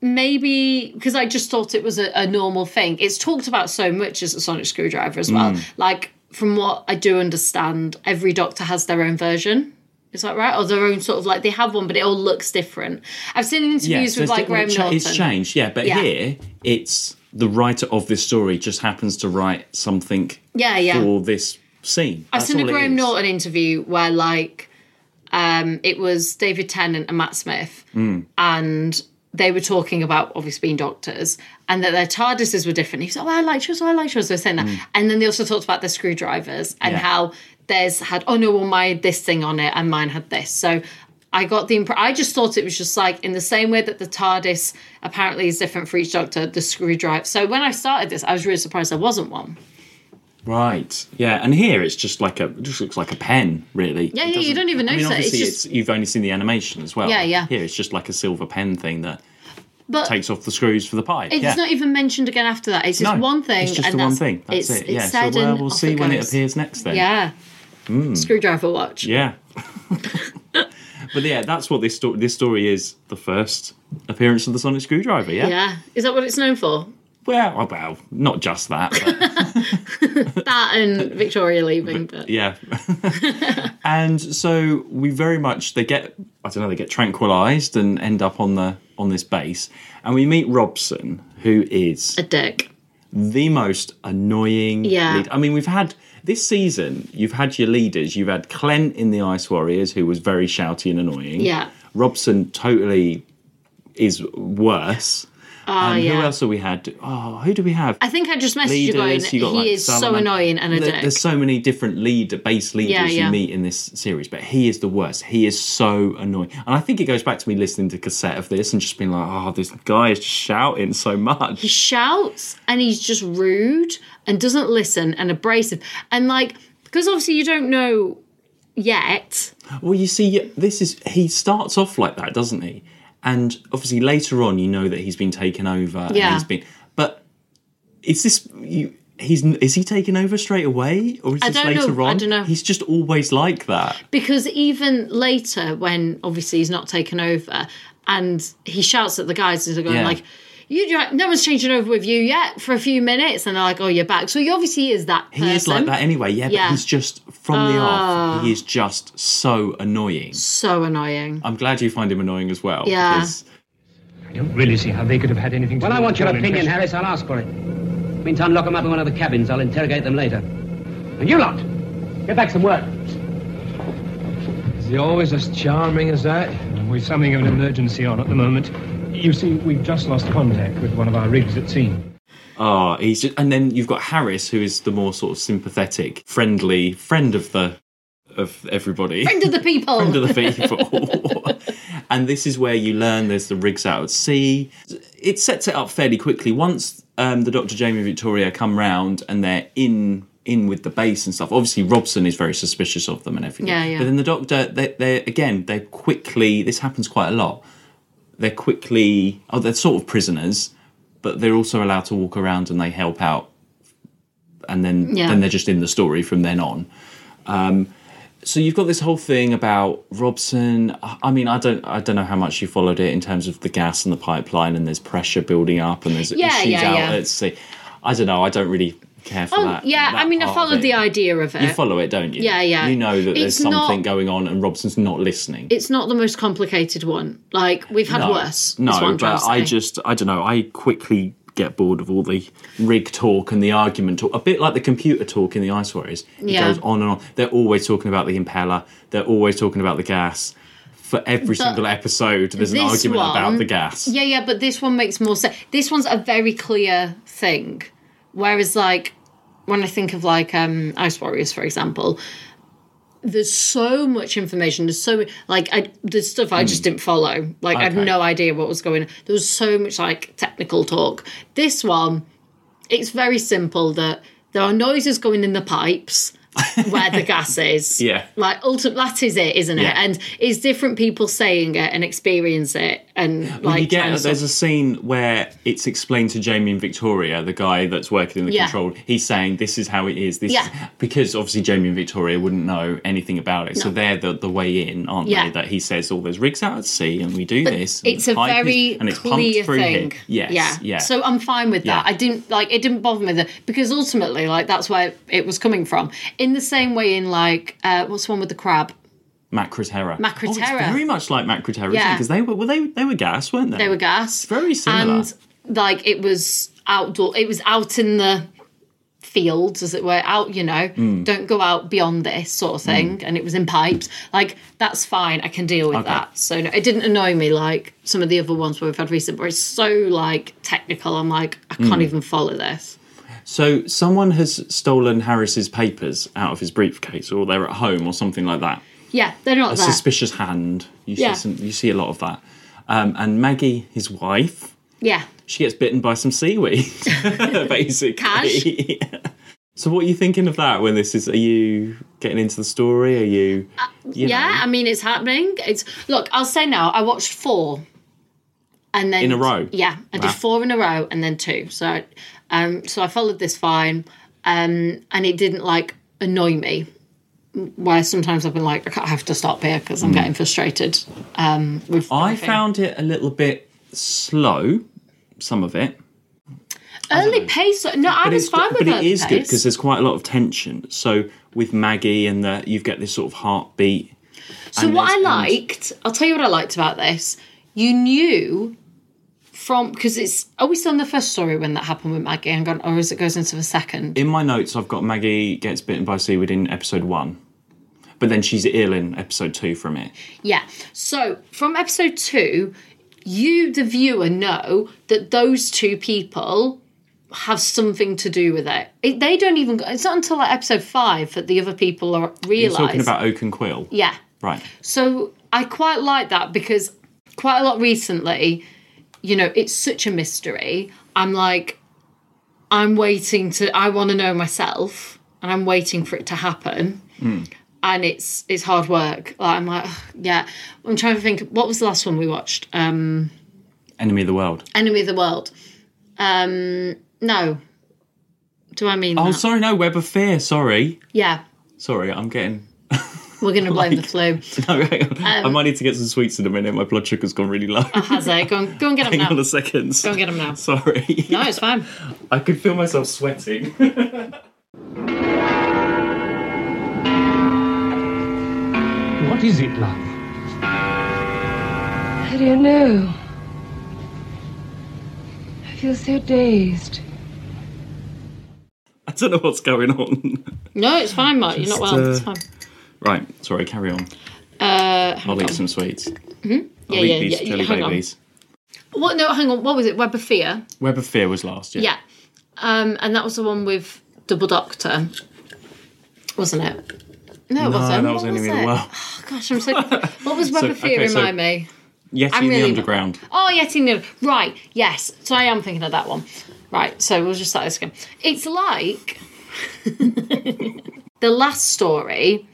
Speaker 2: Maybe because I just thought it was a, a normal thing. It's talked about so much as a sonic screwdriver as well.
Speaker 3: Hmm.
Speaker 2: Like from what I do understand, every doctor has their own version. Is that right? Or their own sort of like they have one, but it all looks different. I've seen interviews with
Speaker 3: there's
Speaker 2: like Graham
Speaker 3: different-
Speaker 2: Norton.
Speaker 3: It's changed, yeah. But
Speaker 2: Yeah.
Speaker 3: here, it's the writer of this story just happens to write something
Speaker 2: Yeah, yeah.
Speaker 3: for this scene.
Speaker 2: I've seen a Graham
Speaker 3: Norton.
Speaker 2: Norton interview where like um it was David Tennant and Matt Smith and they were talking about obviously being doctors and that their TARDISes were different. He was like, Oh, I like yours, oh, I like yours. They were saying that. And then they also talked about their screwdrivers and
Speaker 3: Yeah.
Speaker 2: how theirs had, oh no, well, my had this thing on it and mine had this. So I got the impression, I just thought it was just like in the same way that the TARDIS apparently is different for each doctor, the screwdriver. So when I started this, I was really surprised there wasn't one.
Speaker 3: Right. Yeah, and here it's just like a it just looks like a pen, really.
Speaker 2: Yeah,
Speaker 3: It
Speaker 2: yeah, you
Speaker 3: doesn't-
Speaker 2: don't even
Speaker 3: I mean,
Speaker 2: notice it. It's
Speaker 3: obviously,
Speaker 2: just-
Speaker 3: it's- you've only seen the animation as well.
Speaker 2: Yeah, yeah.
Speaker 3: Here it's just like a silver pen thing that
Speaker 2: But
Speaker 3: takes off the screws for the pipe.
Speaker 2: It's
Speaker 3: yeah.
Speaker 2: not even mentioned again after that. It's just
Speaker 3: No,
Speaker 2: one thing.
Speaker 3: It's just
Speaker 2: and
Speaker 3: the one
Speaker 2: that's-
Speaker 3: thing. That's
Speaker 2: it's,
Speaker 3: it.
Speaker 2: It's
Speaker 3: Yeah. so
Speaker 2: said
Speaker 3: well,
Speaker 2: and
Speaker 3: we'll
Speaker 2: off
Speaker 3: see
Speaker 2: it
Speaker 3: when it
Speaker 2: goes.
Speaker 3: appears next then. Hmm.
Speaker 2: Yeah. Screwdriver watch.
Speaker 3: Yeah. but yeah, that's what this story. This story is the first appearance of the sonic screwdriver. Yeah.
Speaker 2: Yeah. Is that what it's known for?
Speaker 3: Well, oh, well, not just that. But
Speaker 2: That and Victoria leaving. But
Speaker 3: yeah. and so we very much they get I don't know they get tranquilized and end up on the on this base, and we meet Robson, who is
Speaker 2: a dick.
Speaker 3: the most annoying
Speaker 2: Yeah.
Speaker 3: lead. I mean, we've had this season, you've had your leaders. You've had Clent in the Ice Warriors, who was very shouty and annoying.
Speaker 2: Yeah.
Speaker 3: Robson totally is worse.
Speaker 2: Oh,
Speaker 3: and who
Speaker 2: yeah.
Speaker 3: else have we had? Oh, who do we have?
Speaker 2: I think I just messaged you going,
Speaker 3: Leaders,
Speaker 2: he
Speaker 3: you got, like,
Speaker 2: is so
Speaker 3: Salaman-
Speaker 2: annoying and a
Speaker 3: There-
Speaker 2: dick.
Speaker 3: There's so many different lead base leaders
Speaker 2: Yeah, yeah.
Speaker 3: you meet in this series, but he is the worst. He is so annoying, and I think it goes back to me listening to cassette of this and just being like, "Oh, this guy is shouting so much."
Speaker 2: He shouts and he's just rude and doesn't listen and abrasive. And like, because obviously you don't know yet.
Speaker 3: Well, you see, this is he starts off like that, doesn't he? And obviously later on, you know that he's been taken over.
Speaker 2: Yeah.
Speaker 3: And he's been, but is this you? He's is he taken over straight away, or is
Speaker 2: I
Speaker 3: this
Speaker 2: don't know,
Speaker 3: later on?
Speaker 2: I don't know.
Speaker 3: He's just always like that.
Speaker 2: Because even later, when obviously he's not taken over, and he shouts at the guys as they're going
Speaker 3: Yeah.
Speaker 2: like, "You, you- no one's changing over with you yet." For a few minutes, and they're like, "Oh, you're back." So he obviously is that.
Speaker 3: He is like
Speaker 2: person.
Speaker 3: that anyway. Yeah,
Speaker 2: Yeah. Ah.
Speaker 3: but he's just from the off. He is just so annoying.
Speaker 2: So annoying.
Speaker 3: I'm glad you find him annoying as well.
Speaker 2: Yeah.
Speaker 3: because-
Speaker 4: I don't really see how they could have had anything to
Speaker 5: Well,
Speaker 4: do
Speaker 5: I
Speaker 4: with
Speaker 5: want your
Speaker 4: Colin
Speaker 5: opinion,
Speaker 4: Fisher.
Speaker 5: Harris. I'll ask for it. Meantime, lock 'em up in one of the cabins. I'll interrogate them later. And you lot, get back some work.
Speaker 4: Is he always as charming as that? We've something of an emergency on at the moment. You see, we've just lost contact with one of our rigs at sea.
Speaker 3: Oh, he's just, and then you've got Harris, who is the more sort of sympathetic, friendly friend of the of everybody.
Speaker 2: Friend of the people.
Speaker 3: Friend of the people. and this is where you learn there's the rigs out at sea. It sets it up fairly quickly. Once um, the Dr. Jamie and Victoria come round and they're in in with the base and stuff. Obviously, Robson is very suspicious of them and everything.
Speaker 2: Yeah, yeah.
Speaker 3: But then the Doctor, they, they're again, they're quickly. This happens quite a lot. They're quickly. Oh, they're sort of prisoners, but they're also allowed to walk around and they help out. And then
Speaker 2: Yeah.
Speaker 3: then they're just in the story from then on so you've got this whole thing about Robson. I I mean, I don't, I don't know how much you followed it in terms of the gas and the pipeline, and there's pressure building up, and there's
Speaker 2: Yeah,
Speaker 3: issues
Speaker 2: yeah,
Speaker 3: out.
Speaker 2: yeah.
Speaker 3: Let's see. I don't know. I don't really care for
Speaker 2: Oh
Speaker 3: that.
Speaker 2: yeah,
Speaker 3: that
Speaker 2: I mean, I
Speaker 3: part of
Speaker 2: followed
Speaker 3: it.
Speaker 2: the idea of it.
Speaker 3: You follow it, don't you?
Speaker 2: Yeah, yeah.
Speaker 3: You know that there's
Speaker 2: It's not-
Speaker 3: something going on, and Robson's not listening.
Speaker 2: it's not the most complicated one. Like we've had worse. is
Speaker 3: No,
Speaker 2: what I'm trying
Speaker 3: but
Speaker 2: to
Speaker 3: I
Speaker 2: say.
Speaker 3: just I don't know. I quickly get bored of all the rig talk and the argument talk. A bit like the computer talk in the Ice Warriors. It
Speaker 2: Yeah.
Speaker 3: goes on and on. They're always talking about the impeller. They're always talking about the gas. For every single episode, there's an
Speaker 2: this
Speaker 3: argument about
Speaker 2: one-
Speaker 3: the gas.
Speaker 2: Yeah, yeah, but this one makes more sense. This one's a very clear thing. Whereas, like, when I think of like um Ice Warriors, for example, there's so much information. There's so like I there's stuff I just didn't follow. Like I
Speaker 3: Hmm. Okay.
Speaker 2: had no idea what was going. on. There was so much like technical talk. This one, it's very simple. That there are noises going in the pipes. where the gas is
Speaker 3: Yeah.
Speaker 2: like ultimate that is it isn't it
Speaker 3: Yeah.
Speaker 2: and it's different people saying it and experience it and
Speaker 3: Well,
Speaker 2: like
Speaker 3: you get uh,
Speaker 2: trying to
Speaker 3: there's a scene where it's explained to Jamie and Victoria, the guy that's working in the
Speaker 2: Yeah.
Speaker 3: control. He's saying this is how it is. This
Speaker 2: Yeah.
Speaker 3: is, because obviously Jamie and Victoria wouldn't know anything about it, so they're the, the way in, aren't
Speaker 2: Yeah.
Speaker 3: they? That he says, "All there's rigs out at sea, and we do this." and
Speaker 2: it's
Speaker 3: the
Speaker 2: a
Speaker 3: pipe is-
Speaker 2: very
Speaker 3: and it's
Speaker 2: clear
Speaker 3: pumped through
Speaker 2: thing.
Speaker 3: Here. Yes,
Speaker 2: yeah,
Speaker 3: yeah, yeah.
Speaker 2: So I'm fine with that.
Speaker 3: Yeah.
Speaker 2: I didn't like it. Didn't bother me that because ultimately, like that's where it was coming from. In the same way, in like uh, what's the one with the crab?
Speaker 3: Macroterra. Oh, it's
Speaker 2: Macroterra.
Speaker 3: very much like Macroterra,
Speaker 2: Yeah.
Speaker 3: because they were well, they they were gas, weren't they?
Speaker 2: They were gas.
Speaker 3: very similar.
Speaker 2: And like it was outdoor. It was out in the fields, as it were. Out, you know,
Speaker 3: Hmm.
Speaker 2: don't go out beyond this sort of thing. And it was in pipes. Like that's fine. I can deal with that. So no, it didn't annoy me like some of the other ones where we've had recent, where it's so like technical. I'm like, I
Speaker 3: Hmm.
Speaker 2: can't even follow this.
Speaker 3: So someone has stolen Harris's papers out of his briefcase, or they're at home, or something like that.
Speaker 2: Yeah, they're not
Speaker 3: a
Speaker 2: there.
Speaker 3: suspicious hand. You
Speaker 2: Yeah.
Speaker 3: see some, you see a lot of that. Um, and Maggie, his wife,
Speaker 2: yeah.
Speaker 3: she gets bitten by some seaweed, basically.
Speaker 2: Cash.
Speaker 3: so what are you thinking of that when this is are you getting into the story? Are you, you
Speaker 2: Uh, Yeah,
Speaker 3: know,
Speaker 2: I mean it's happening. It's look, I'll say now, I watched four. And then
Speaker 3: In a row?
Speaker 2: Yeah. I
Speaker 3: Wow.
Speaker 2: did four in a row and then two. So um so I followed this fine. Um and it didn't like annoy me. Where sometimes I've been like, I can't- I have to stop here because I'm getting frustrated. Um with
Speaker 3: Mm. I
Speaker 2: everything.
Speaker 3: found it a little bit slow, some of it.
Speaker 2: early pace. No, I was
Speaker 3: it's-
Speaker 2: fine with
Speaker 3: but it
Speaker 2: early
Speaker 3: is good
Speaker 2: pace.
Speaker 3: because there's quite a lot of tension. So with Maggie and the you get this sort of heartbeat.
Speaker 2: So
Speaker 3: and
Speaker 2: what
Speaker 3: there's-
Speaker 2: I
Speaker 3: and-
Speaker 2: liked, I'll tell you what I liked about this. You knew from because it's are we still in the first story when that happened with Maggie and gone, or is it goes into the second?
Speaker 3: In my notes, I've got Maggie gets bitten by seaweed in episode one, but then she's ill in episode two from it.
Speaker 2: Yeah. So from episode two, you the viewer know that those two people have something to do with it. it they don't even. It's not until like episode five that the other people are
Speaker 3: You're
Speaker 2: realize.
Speaker 3: talking about Oak and Quill,
Speaker 2: yeah.
Speaker 3: right?
Speaker 2: So I quite like that because quite a lot recently, you know, it's such a mystery. I'm like, I'm waiting to, I want to know myself, and I'm waiting for it to happen.
Speaker 3: Hmm.
Speaker 2: And it's it's hard work. Like, I'm like, "Ugh, yeah. I'm trying to think. What was the last one we watched? Um,
Speaker 3: Enemy of the World.
Speaker 2: Enemy of the World. Um, no. Do I mean?
Speaker 3: Oh,
Speaker 2: that?
Speaker 3: sorry, no Web of Fear. Sorry,
Speaker 2: yeah.
Speaker 3: sorry, I'm getting.
Speaker 2: We're gonna blame the flu.
Speaker 3: No, hang on. I
Speaker 2: Um,
Speaker 3: might need to get some sweets in a minute. My blood sugar's gone really low.
Speaker 2: Has it? Go and go and get them
Speaker 3: hang on
Speaker 2: now.
Speaker 3: a second.
Speaker 2: Oh, Go and get them now.
Speaker 3: Sorry,
Speaker 2: No, it's fine.
Speaker 3: I could feel myself sweating.
Speaker 4: What is it, love?
Speaker 6: I don't know. I feel so dazed.
Speaker 3: I don't know what's going on.
Speaker 2: No, it's fine, Mark. You're not
Speaker 3: Just,
Speaker 2: well.
Speaker 3: uh,
Speaker 2: It's fine.
Speaker 3: Right, sorry, carry on.
Speaker 2: Uh,
Speaker 3: I'll eat some sweets. I'll
Speaker 2: Yeah,
Speaker 3: eat
Speaker 2: yeah,
Speaker 3: these
Speaker 2: yeah,
Speaker 3: jelly
Speaker 2: yeah, hang on.
Speaker 3: babies.
Speaker 2: What? No, hang on. What was it? Web of Fear.
Speaker 3: Web of Fear was last year.
Speaker 2: Yeah. Um, and that was the one with Double Doctor, wasn't it? No,
Speaker 3: No,
Speaker 2: it wasn't.
Speaker 3: that was
Speaker 2: What
Speaker 3: Enemy of
Speaker 2: it?
Speaker 3: the World.
Speaker 2: Oh, gosh, I'm so. what was Web
Speaker 3: So,
Speaker 2: of Fear?
Speaker 3: okay, so-
Speaker 2: remind me.
Speaker 3: Yeti
Speaker 2: I'm
Speaker 3: in the
Speaker 2: really-
Speaker 3: Underground.
Speaker 2: Oh, yes, he knew. Right, yes. So I am thinking of that one. Right, so we'll just start this again. It's like the last story.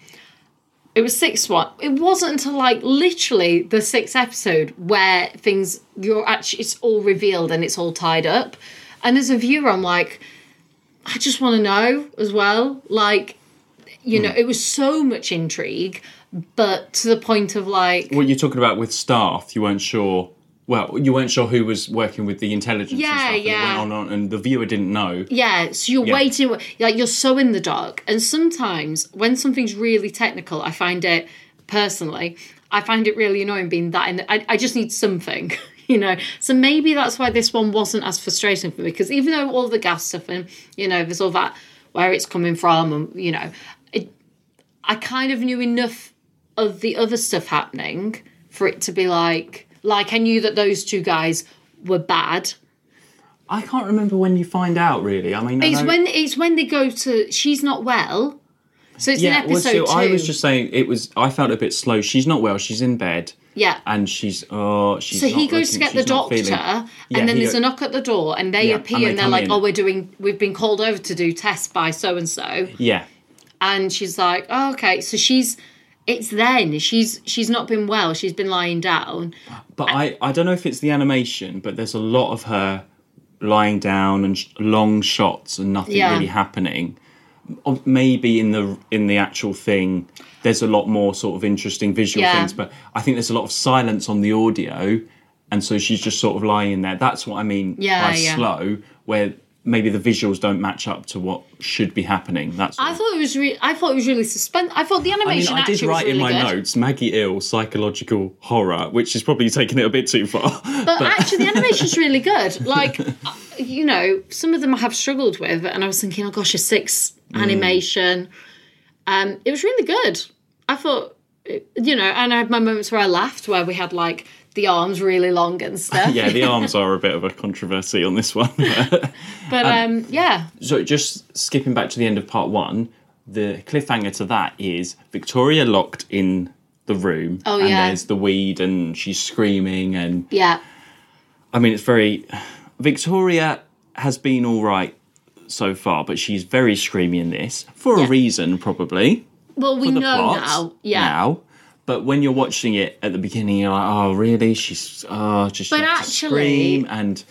Speaker 2: It was six one. It wasn't until like literally the sixth episode where things you're actually it's all revealed and it's all tied up. And as a viewer, I'm like, I just want to know as well. Like, You know, it was so much intrigue, but to the point of like,
Speaker 3: What you're talking about with staff, you weren't sure. Well, you weren't sure who was working with the intelligence.
Speaker 2: Yeah,
Speaker 3: and stuff, and it went
Speaker 2: yeah.
Speaker 3: on, and on, and the viewer didn't know.
Speaker 2: yeah, so you're
Speaker 3: Yeah.
Speaker 2: waiting, like, you're so in the dark. And sometimes when something's really technical, I find it personally, I find it really annoying being that. In the, I, I just need something. You know, so maybe that's why this one wasn't as frustrating for me because even though all the gas stuff and you know, there's all that where it's coming from, and you know, it, I kind of knew enough of the other stuff happening for it to be like, like I knew that those two guys were bad,
Speaker 3: I can't remember when you find out. Really, I mean, I
Speaker 2: It's
Speaker 3: know-
Speaker 2: when it's when they go to she's not well. So it's
Speaker 3: yeah.
Speaker 2: an
Speaker 3: well,
Speaker 2: episode
Speaker 3: so
Speaker 2: two.
Speaker 3: I was just saying it was. I felt a bit slow. She's not well. She's in bed.
Speaker 2: yeah.
Speaker 3: and she's oh she's
Speaker 2: so he
Speaker 3: not
Speaker 2: goes
Speaker 3: looking-
Speaker 2: to get the
Speaker 3: she's not
Speaker 2: doctor,
Speaker 3: feeling- Yeah,
Speaker 2: and then
Speaker 3: he
Speaker 2: there's
Speaker 3: go-
Speaker 2: a knock at the door, and they
Speaker 3: Yeah,
Speaker 2: appear,
Speaker 3: and
Speaker 2: and,
Speaker 3: they
Speaker 2: they are
Speaker 3: come
Speaker 2: like,
Speaker 3: in.
Speaker 2: "Oh, we're doing, we've been called over to do tests by so and so,"
Speaker 3: yeah
Speaker 2: and she's like, oh, "Okay." So she's, it's then she's she's not been well. She's been lying down.
Speaker 3: but I, I don't know if it's the animation but there's a lot of her lying down and sh- long shots and nothing
Speaker 2: Yeah.
Speaker 3: really happening Or maybe in the in the actual thing there's a lot more sort of interesting visual
Speaker 2: Yeah.
Speaker 3: things but i think there's a lot of silence on the audio and so she's just sort of lying in there that's what i mean
Speaker 2: Yeah,
Speaker 3: by
Speaker 2: yeah.
Speaker 3: slow where maybe the visuals don't match up to what should be happening that's all.
Speaker 2: I thought it was re- I thought it was really suspense. I thought the
Speaker 3: I mean,
Speaker 2: animation
Speaker 3: I did
Speaker 2: actually was
Speaker 3: write in my
Speaker 2: really good.
Speaker 3: notes Maggie Ill psychological horror, which is probably taking it a bit too far.
Speaker 2: but actually the animation's really good like uh, you know some of them i have struggled with and i was thinking oh gosh a six
Speaker 3: Mm.
Speaker 2: animation um it was really good i thought it- you know and i had my moments where i laughed where we had like the arms really long and stuff
Speaker 3: yeah, the arms are a bit of a controversy on this one.
Speaker 2: but um, yeah
Speaker 3: so, just skipping back to the end of part one, the cliffhanger to that is Victoria locked in the room,
Speaker 2: Oh,
Speaker 3: and
Speaker 2: yeah.
Speaker 3: there's the weed, and she's screaming, and
Speaker 2: yeah
Speaker 3: I mean, it's very. Victoria has been all right so far, but she's very screamy in this for a
Speaker 2: Yeah.
Speaker 3: reason, probably.
Speaker 2: well we
Speaker 3: for the
Speaker 2: know
Speaker 3: plot
Speaker 2: now yeah
Speaker 3: now. But when you're watching it at the beginning, you're like, "Oh, really? She's oh, just
Speaker 2: But
Speaker 3: she had to
Speaker 2: actually,
Speaker 3: scream and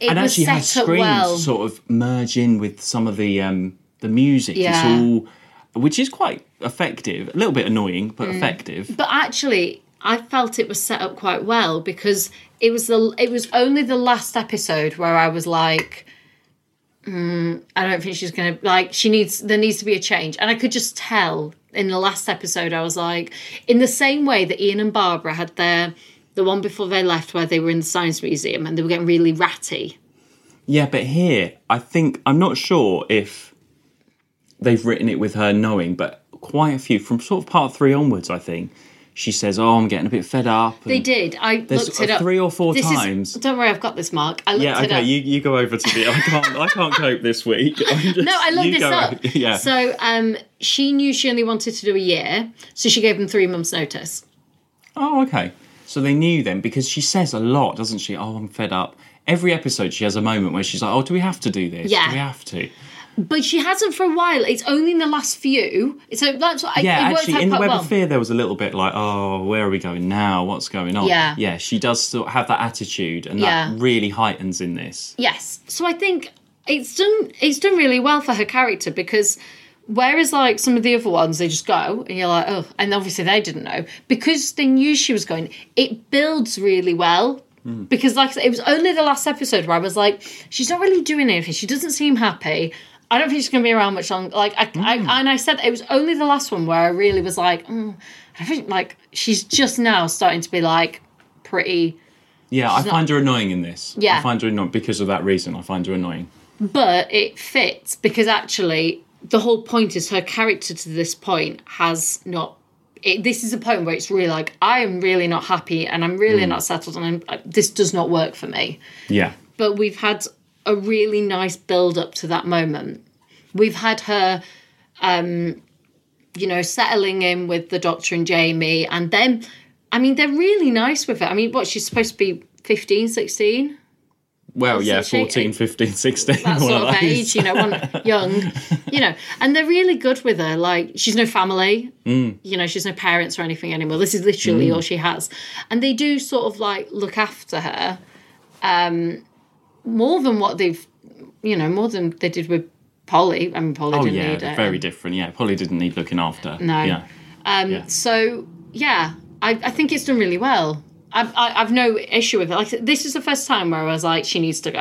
Speaker 2: it
Speaker 3: and
Speaker 2: was
Speaker 3: actually her
Speaker 2: set up
Speaker 3: screams
Speaker 2: well
Speaker 3: sort of merge in with some of the um the music. It's
Speaker 2: Yeah.
Speaker 3: all which is quite effective, a little bit annoying, but
Speaker 2: Mm.
Speaker 3: effective.
Speaker 2: but actually i felt it was set up quite well because it was the it was only the last episode where i was like mm, i don't think she's gonna like she needs there needs to be a change and i could just tell in the last episode i was like in the same way that ian and barbara had their the one before they left where they were in the science museum and they were getting really ratty
Speaker 3: Yeah, but here I think I'm not sure if they've written it with her knowing, but quite a few from sort of part three onwards, I think she says, "Oh, I'm getting a bit fed up."
Speaker 2: they
Speaker 3: and-
Speaker 2: did i
Speaker 3: Mm. There's
Speaker 2: looked it
Speaker 3: a
Speaker 2: up
Speaker 3: three or four
Speaker 2: This is-
Speaker 3: times.
Speaker 2: don't worry i've got this mark i looked
Speaker 3: Yeah,
Speaker 2: it
Speaker 3: okay.
Speaker 2: up
Speaker 3: You, you go over to me. I can't I can't cope this week. I'm just-
Speaker 2: No, I
Speaker 3: you
Speaker 2: love this
Speaker 3: go
Speaker 2: up.
Speaker 3: over- Yeah.
Speaker 2: So um, she knew she only wanted to do a year, so she gave them three months' notice.
Speaker 3: oh, okay. So they knew then because she says a lot, doesn't she? Oh, I'm fed up. Every episode, she has a moment where she's like, "Oh, do we have to do this?
Speaker 2: Yeah.
Speaker 3: Do we have to?"
Speaker 2: But she hasn't for a while. It's only in the last few. So that's what I,
Speaker 3: Yeah,
Speaker 2: it worked
Speaker 3: actually,
Speaker 2: out
Speaker 3: in the
Speaker 2: quite
Speaker 3: Web
Speaker 2: well.
Speaker 3: of Fear, there was a little bit like, "Oh, where are we going now? What's going on?"
Speaker 2: Yeah.
Speaker 3: yeah. She does sort of have that attitude, and
Speaker 2: Yeah.
Speaker 3: that really heightens in this.
Speaker 2: Yes. So I think it's done. It's done really well for her character because. Whereas, like some of the other ones, they just go and you're like, oh, and obviously they didn't know because they knew she was going. It builds really well because, like, I said, it was only the last episode where I was like, she's not really doing anything. She doesn't seem happy. I don't think she's going to be around much longer. Like, I, I, and I said it was only the last one where I really was like, mm, I think like she's just now starting to be like pretty
Speaker 3: Yeah, I find her annoying in this.
Speaker 2: Yeah.
Speaker 3: I find her annoying because of that reason. I find her annoying.
Speaker 2: but it fits because actually the whole point is her character to this point has not it, this is a point where it's really like i am really not happy and i'm really not settled and I'm, uh, this does not work for me
Speaker 3: Yeah.
Speaker 2: but we've had a really nice build up to that moment we've had her um you know settling in with the doctor and jamie and then i mean they're really nice with it i mean what she's supposed to be 15 16
Speaker 3: Well, yeah,
Speaker 2: she-
Speaker 3: 14, 15, 16.
Speaker 2: that
Speaker 3: one
Speaker 2: sort of
Speaker 3: those.
Speaker 2: age, you know, one young, you know, and they're really good with her. Like she's no family,
Speaker 3: Mm.
Speaker 2: you know, she's no parents or anything anymore. This is literally all she has, and they do sort of like look after her, um, more than what they've, you know, more than they did with Polly. I mean, Polly
Speaker 3: Oh
Speaker 2: didn't
Speaker 3: yeah,
Speaker 2: need it.
Speaker 3: very different. Yeah, Polly didn't need looking after.
Speaker 2: No.
Speaker 3: Yeah.
Speaker 2: Um,
Speaker 3: Yeah.
Speaker 2: So yeah, I, I think it's done really well. I've, I, I've no issue with it. Like this is the first time where I was like, she needs to go.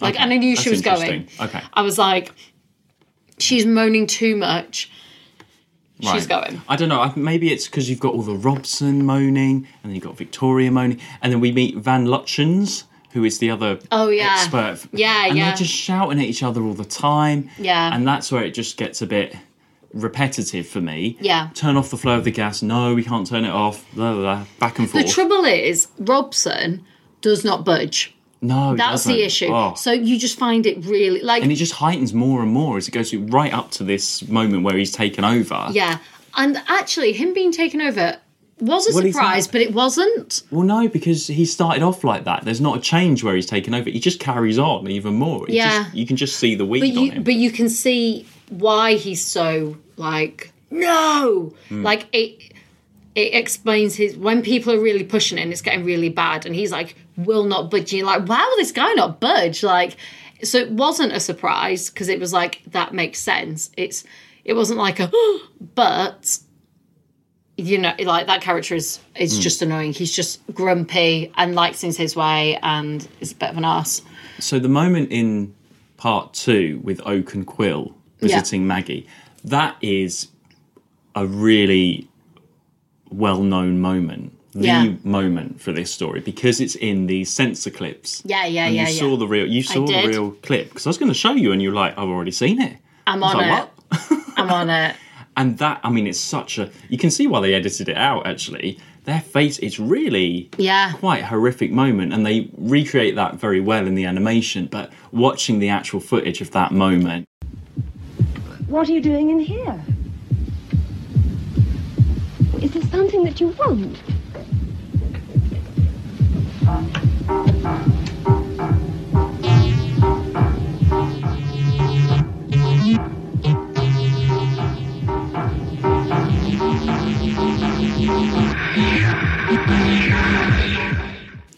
Speaker 2: Like,
Speaker 3: Okay,
Speaker 2: and I knew she was
Speaker 3: that's
Speaker 2: going.
Speaker 3: interesting. Okay.
Speaker 2: I was like, she's moaning too much. She's
Speaker 3: Right.
Speaker 2: going.
Speaker 3: I don't know. I- Maybe it's because you've got all the Robson moaning, and then you've got Victoria moaning, and then we meet Van Lutchens, who is the other
Speaker 2: Oh, yeah.
Speaker 3: expert.
Speaker 2: Yeah,
Speaker 3: and
Speaker 2: yeah.
Speaker 3: They're just shouting at each other all the time.
Speaker 2: Yeah.
Speaker 3: and that's where it just gets a bit repetitive for me.
Speaker 2: Yeah.
Speaker 3: turn off the flow of the gas. No, we can't turn it off. Blah blah. blah. Back and
Speaker 2: The
Speaker 3: forth.
Speaker 2: trouble is, Robson does not budge.
Speaker 3: no, it
Speaker 2: That's the
Speaker 3: doesn't.
Speaker 2: issue.
Speaker 3: Oh.
Speaker 2: So you just find it really like
Speaker 3: and it just heightens more and more as it goes through right up to this moment where he's taken over.
Speaker 2: yeah. And actually, him being taken over was a
Speaker 3: Well, he's
Speaker 2: surprise,
Speaker 3: not-
Speaker 2: but it wasn't.
Speaker 3: Well, no, because he started off like that. There's not a change where he's taken over. He just carries on even more. He
Speaker 2: Yeah.
Speaker 3: just- you can just see the weed
Speaker 2: but
Speaker 3: on
Speaker 2: you
Speaker 3: him.
Speaker 2: but you can see why he's so like no
Speaker 3: Hmm.
Speaker 2: like it it explains his when people are really pushing it and it's getting really bad and he's like will not budge you're like wow this guy not budge like so it wasn't a surprise because it was like that makes sense it's it wasn't like a but you know like that character is
Speaker 3: Hmm.
Speaker 2: is just annoying he's just grumpy and likes things his way and is a bit of an ass
Speaker 3: so the moment in part two with Oak and Quill visiting Maggie, that is a really well-known moment. The
Speaker 2: Yeah.
Speaker 3: moment for this story because it's in the censor clips.
Speaker 2: Yeah, yeah,
Speaker 3: and
Speaker 2: yeah,
Speaker 3: You
Speaker 2: yeah.
Speaker 3: saw the real. You saw the
Speaker 2: did.
Speaker 3: real clip because I was going to show you, and you're like, "I've already seen it."
Speaker 2: i'm
Speaker 3: I was
Speaker 2: on
Speaker 3: like,
Speaker 2: it
Speaker 3: "What?"
Speaker 2: i'm on it
Speaker 3: and that i mean it's such a you can see why they edited it out actually their face it's really
Speaker 2: Yeah.
Speaker 3: quite horrific moment and they recreate that very well in the animation but watching the actual footage of that moment
Speaker 7: What are you doing in here? Is there something that you want?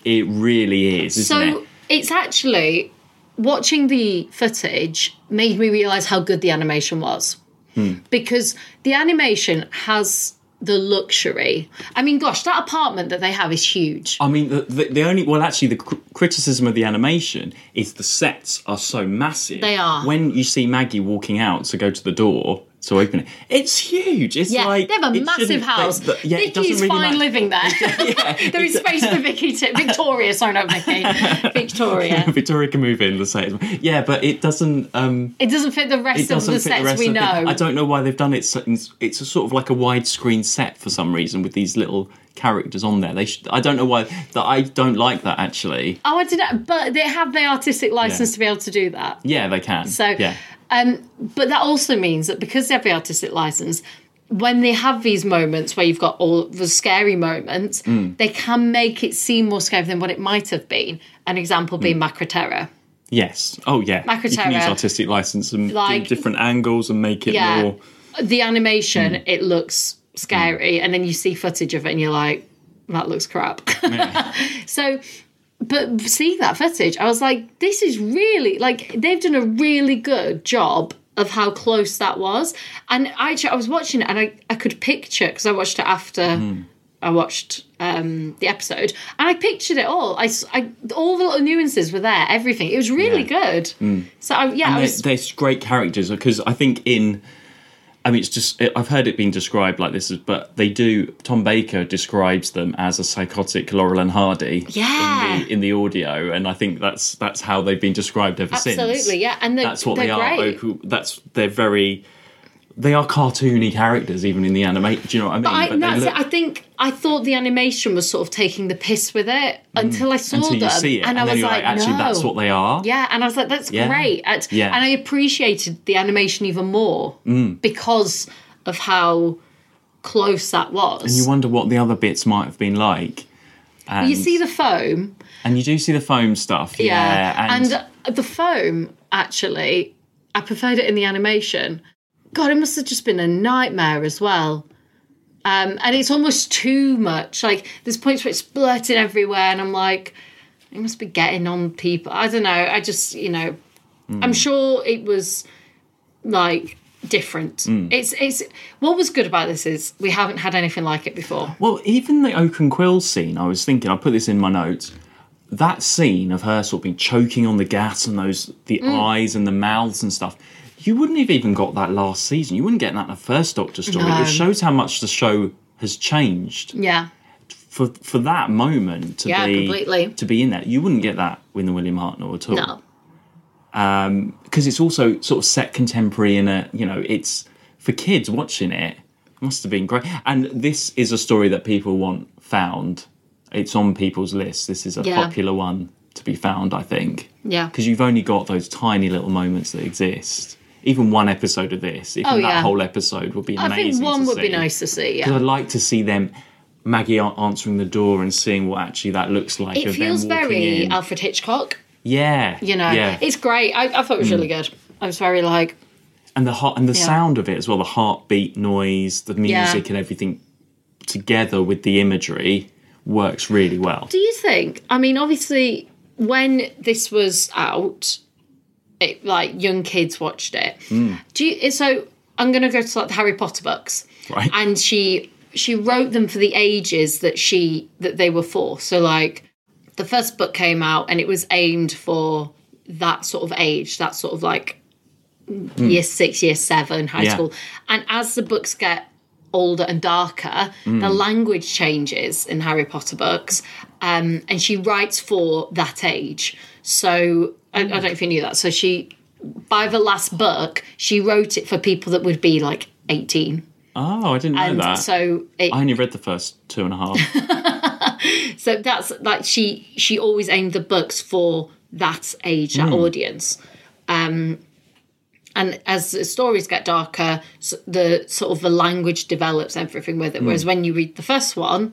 Speaker 3: it really is isn't
Speaker 2: So
Speaker 3: it
Speaker 2: it's actually watching the footage made me realize how good the animation was
Speaker 3: Hmm.
Speaker 2: because the animation has the luxury. I mean, gosh, that apartment that they have is huge.
Speaker 3: I mean, the, the, the only well, actually, the cr- criticism of the animation is the sets are so massive.
Speaker 2: They are.
Speaker 3: When you see Maggie walking out to go to the door to open it, it's huge. It's
Speaker 2: yeah,
Speaker 3: like
Speaker 2: they have a
Speaker 3: it
Speaker 2: massive
Speaker 3: shouldn't-
Speaker 2: house.
Speaker 3: But, but, yeah, it doesn't
Speaker 2: Vicky's
Speaker 3: really
Speaker 2: fine
Speaker 3: matter.
Speaker 2: living there. there is space for Vicky to Victoria. Sorry, not Vicky. Victoria.
Speaker 3: Victoria can move in the same. Yeah, but it doesn't. Um,
Speaker 2: It doesn't fit the
Speaker 3: it
Speaker 2: rest of
Speaker 3: doesn't
Speaker 2: the
Speaker 3: fit the
Speaker 2: sets
Speaker 3: rest
Speaker 2: we
Speaker 3: of the-
Speaker 2: know.
Speaker 3: I don't know why they've done it. so- It's a sort of like a widescreen set for some reason with these little characters on there. They should, I don't know why that I don't like that actually.
Speaker 2: Oh, I didn't. But they have the artistic license
Speaker 3: Yeah.
Speaker 2: to be able to do that.
Speaker 3: Yeah, they can.
Speaker 2: So,
Speaker 3: yeah,
Speaker 2: um, but that also means that because they have the artistic license, when they have these moments where you've got all the scary moments, they can make it seem more scary than what it might have been. An example being Macrotera.
Speaker 3: yes. Oh yeah. You can use
Speaker 2: Macrotera.
Speaker 3: artistic license and
Speaker 2: Like-
Speaker 3: do different angles and make it
Speaker 2: Yeah.
Speaker 3: more.
Speaker 2: The animation,
Speaker 3: Hmm.
Speaker 2: it looks scary, and then you see footage of it and you're like, that looks crap. so, but seeing that footage, I was like, this is really, like, they've done a really good job of how close that was. And I, I was watching it and I, I could picture, because I watched it after.
Speaker 3: Hmm.
Speaker 2: I watched um, the episode and I pictured it all. I, s- I- all the little nuances were there. Everything. It was really good. So I, yeah, I
Speaker 3: Hmm. And
Speaker 2: was
Speaker 3: they're, they're great characters because I think in. I mean, it's just I've heard it being described like this, but they do. Tom Baker describes them as a psychotic Laurel and Hardy.
Speaker 2: Yeah.
Speaker 3: In the, in the audio, and I think that's that's how they've been described ever since.
Speaker 2: Absolutely, yeah, and they're-
Speaker 3: that's what
Speaker 2: they're
Speaker 3: they are.
Speaker 2: great.
Speaker 3: vocal- That's they're very. They are cartoony characters, even in the animation. Do you know what I mean?
Speaker 2: I,
Speaker 3: But they
Speaker 2: that's
Speaker 3: look-
Speaker 2: it. I think I thought the animation was sort of taking the piss with it until I
Speaker 3: Mm.
Speaker 2: saw
Speaker 3: until
Speaker 2: them,
Speaker 3: you see it,
Speaker 2: and, I
Speaker 3: then
Speaker 2: was
Speaker 3: you're
Speaker 2: like,
Speaker 3: like, actually,
Speaker 2: no.
Speaker 3: that's what they are.
Speaker 2: Yeah, and I was like, that's
Speaker 3: Yeah.
Speaker 2: great. And,
Speaker 3: Yeah. Mm.
Speaker 2: and I appreciated the animation even more because of how close that was.
Speaker 3: You wonder what the other bits might have been like. And
Speaker 2: You see the foam,
Speaker 3: and you do see the foam stuff. Yeah, and,
Speaker 2: the foam actually, I preferred it in the animation. God, it must have just been a nightmare as well. Um, and it's almost too much. Like there's points where it's blurting everywhere, and I'm like, it must
Speaker 3: Hmm.
Speaker 2: be getting on people. I don't know. I just, you know, I'm sure it was like different.
Speaker 3: Hmm.
Speaker 2: It's it's what was good about this is we haven't had anything like it before.
Speaker 3: Well, even the Oak and Quill scene, I was thinking, I put this in my notes. That scene of her sort of being choking on the gas and those the
Speaker 2: Mm.
Speaker 3: eyes and the mouths and stuff. You wouldn't have even got that last season. You wouldn't get that in the first Doctor story.
Speaker 2: No.
Speaker 3: It shows how much the show has changed
Speaker 2: Yeah.
Speaker 3: for for that moment to
Speaker 2: Yeah,
Speaker 3: be
Speaker 2: completely.
Speaker 3: to be in there. You wouldn't get that with the William Hartnell at all
Speaker 2: No.
Speaker 3: because it's also sort of set contemporary in a you know it's for kids watching it must have been great and this is a story that people want found it's on people's lists this is a
Speaker 2: Yeah.
Speaker 3: popular one to be found i think
Speaker 2: Yeah.
Speaker 3: because you've only got those tiny little moments that exist even one episode of this even
Speaker 2: Oh,
Speaker 3: that
Speaker 2: yeah.
Speaker 3: whole episode would be
Speaker 2: I
Speaker 3: amazing
Speaker 2: think one
Speaker 3: to
Speaker 2: would be
Speaker 3: see.
Speaker 2: nice to see.
Speaker 3: 'Cause
Speaker 2: Yeah.
Speaker 3: i'd like to see them maggie a- answering the door and seeing what actually that looks like
Speaker 2: It
Speaker 3: of
Speaker 2: feels
Speaker 3: them walking
Speaker 2: very
Speaker 3: in.
Speaker 2: Alfred Hitchcock.
Speaker 3: yeah
Speaker 2: You know,
Speaker 3: yeah. Mm.
Speaker 2: it's great. I, I thought it was really good. I was very like,
Speaker 3: and the heart and the
Speaker 2: Yeah.
Speaker 3: sound of it as well the heartbeat noise the music and everything together with the imagery works really well
Speaker 2: do you think? I mean, obviously, when this was out, it, like young kids watched it.
Speaker 3: Mm.
Speaker 2: Do you? So I'm going to go to like the Harry Potter books,
Speaker 3: Right.
Speaker 2: And she she wrote them for the ages that she that they were for. So like the first book came out and it was aimed for that sort of age, that sort of like year six, year seven, high
Speaker 3: Hmm. Yeah.
Speaker 2: school. And as the books get older and darker,
Speaker 3: Hmm.
Speaker 2: the language changes in Harry Potter books. Um, and she writes for that age. So I, I don't know if you knew that. So she, by the last book, she wrote it for people that would be like 18.
Speaker 3: oh i didn't know
Speaker 2: And
Speaker 3: that
Speaker 2: so it,
Speaker 3: i only read the first two and a half
Speaker 2: so that's like she she always aimed the books for that age
Speaker 3: Hmm.
Speaker 2: that audience um and as the stories get darker s- the sort of the language develops everything with
Speaker 3: Hmm.
Speaker 2: it whereas when you read the first one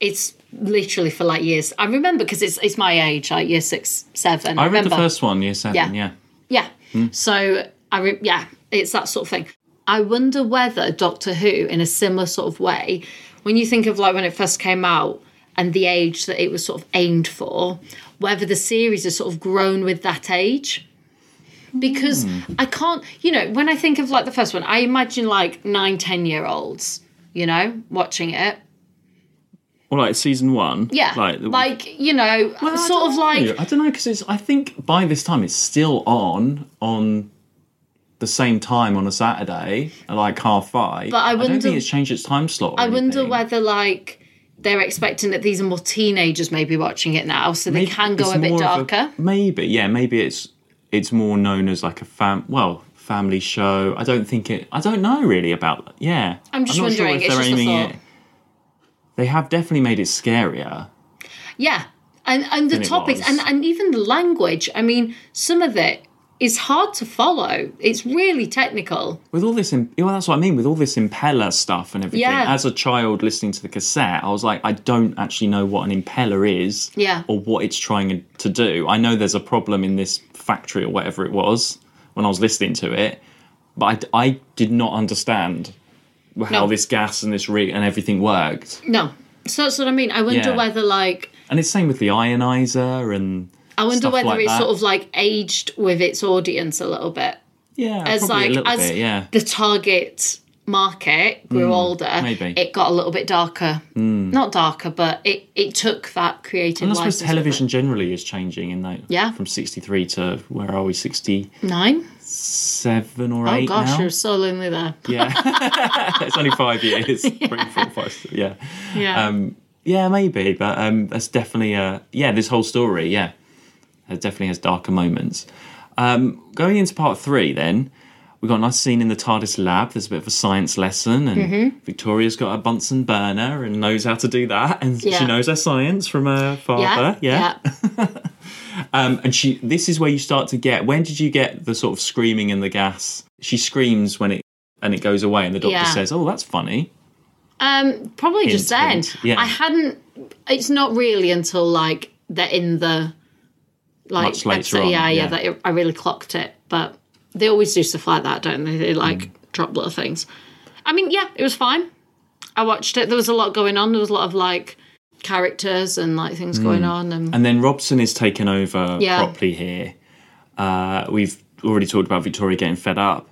Speaker 2: it's literally for like years i remember because it's it's my age like year six seven
Speaker 3: i read
Speaker 2: remember
Speaker 3: the first one year seven yeah,
Speaker 2: Yeah. yeah.
Speaker 3: Hmm.
Speaker 2: So I re- yeah, it's that sort of thing. I wonder whether Doctor Who, in a similar sort of way, when you think of like when it first came out and the age that it was sort of aimed for, whether the series has sort of grown with that age. Because
Speaker 3: Hmm.
Speaker 2: I can't, you know, when I think of like the first one, I imagine like nine, ten year olds, you know, watching it.
Speaker 3: well like season one
Speaker 2: Yeah. Like,
Speaker 3: like, the-
Speaker 2: you know,
Speaker 3: Well, I
Speaker 2: sort
Speaker 3: don't
Speaker 2: of like
Speaker 3: know. i don't know because it's i think by this time it's still on on the same time on a saturday at like half five
Speaker 2: But I
Speaker 3: don't
Speaker 2: wonder-
Speaker 3: think it's changed its time slot or
Speaker 2: I wonder
Speaker 3: anything.
Speaker 2: whether like they're expecting that these are more teenagers maybe watching it now, so they
Speaker 3: Maybe
Speaker 2: can go
Speaker 3: it's
Speaker 2: a bit
Speaker 3: more of
Speaker 2: darker.
Speaker 3: maybe, yeah, maybe it's it's more known as like a fam well family show. I don't think it. I don't know really about that. Yeah,
Speaker 2: I'm just
Speaker 3: not
Speaker 2: wondering, it's just a thought.
Speaker 3: They have definitely made it scarier.
Speaker 2: yeah, and and the
Speaker 3: it
Speaker 2: topics
Speaker 3: was.
Speaker 2: and and even the language. I mean, some of it is hard to follow. It's really technical.
Speaker 3: With all this, im- well, that's what I mean. With all this impeller stuff and everything,
Speaker 2: Yeah.
Speaker 3: as a child listening to the cassette, I was like, I don't actually know what an impeller is,
Speaker 2: Yeah.
Speaker 3: or what it's trying to do. I know there's a problem in this factory or whatever it was when I was listening to it, but I d- I, did not understand how
Speaker 2: No.
Speaker 3: this gas and this re- and everything worked.
Speaker 2: No, so that's what I mean. I wonder
Speaker 3: Yeah.
Speaker 2: whether like
Speaker 3: And it's same with the ionizer and
Speaker 2: I wonder
Speaker 3: Stuff
Speaker 2: whether
Speaker 3: like
Speaker 2: it's
Speaker 3: that.
Speaker 2: sort of like aged with its audience a little bit.
Speaker 3: yeah,
Speaker 2: as
Speaker 3: probably a
Speaker 2: like
Speaker 3: little
Speaker 2: as
Speaker 3: bit, yeah. Hmm.
Speaker 2: the target market grew older
Speaker 3: maybe. Hmm.
Speaker 2: it got a little bit darker not darker but it it took that creative
Speaker 3: And I suppose
Speaker 2: license
Speaker 3: television generally is changing in that
Speaker 2: Yeah.
Speaker 3: from sixty three to where are we sixty
Speaker 2: with it. nine
Speaker 3: seven or
Speaker 2: oh
Speaker 3: eight
Speaker 2: gosh
Speaker 3: now?
Speaker 2: you're so lonely there
Speaker 3: Yeah. it's only five years. Three, four, five, six, yeah.
Speaker 2: yeah
Speaker 3: Um, yeah, maybe, but um, that's definitely a yeah. This whole story, yeah, it definitely has darker moments. Um, going into part three, then we got a nice scene in the TARDIS lab. There's a bit of a science lesson, and
Speaker 2: Mm-hmm.
Speaker 3: Victoria's got a Bunsen burner and knows how to do that, and
Speaker 2: Yeah.
Speaker 3: she knows her science from her
Speaker 2: yeah
Speaker 3: father. yeah. Um, and she, this is where you start to get. When did you get the sort of screaming and the gas? She screams when it and it goes away, and the doctor
Speaker 2: Yeah.
Speaker 3: says, "Oh, that's funny."
Speaker 2: um probably just then
Speaker 3: Hint, hint, yeah.
Speaker 2: i hadn't it's not really until like they're in the like
Speaker 3: Much later
Speaker 2: episode-
Speaker 3: on,
Speaker 2: yeah, yeah
Speaker 3: yeah.
Speaker 2: that it, i really clocked it but they always do stuff like that don't they they like
Speaker 3: Mm.
Speaker 2: drop little things i mean yeah it was fine i watched it there was a lot going on there was a lot of like characters and like things going on and,
Speaker 3: Mm. And then Robson is taken over
Speaker 2: Mm. Yeah.
Speaker 3: properly here. Uh, we've already talked about Victoria getting fed up,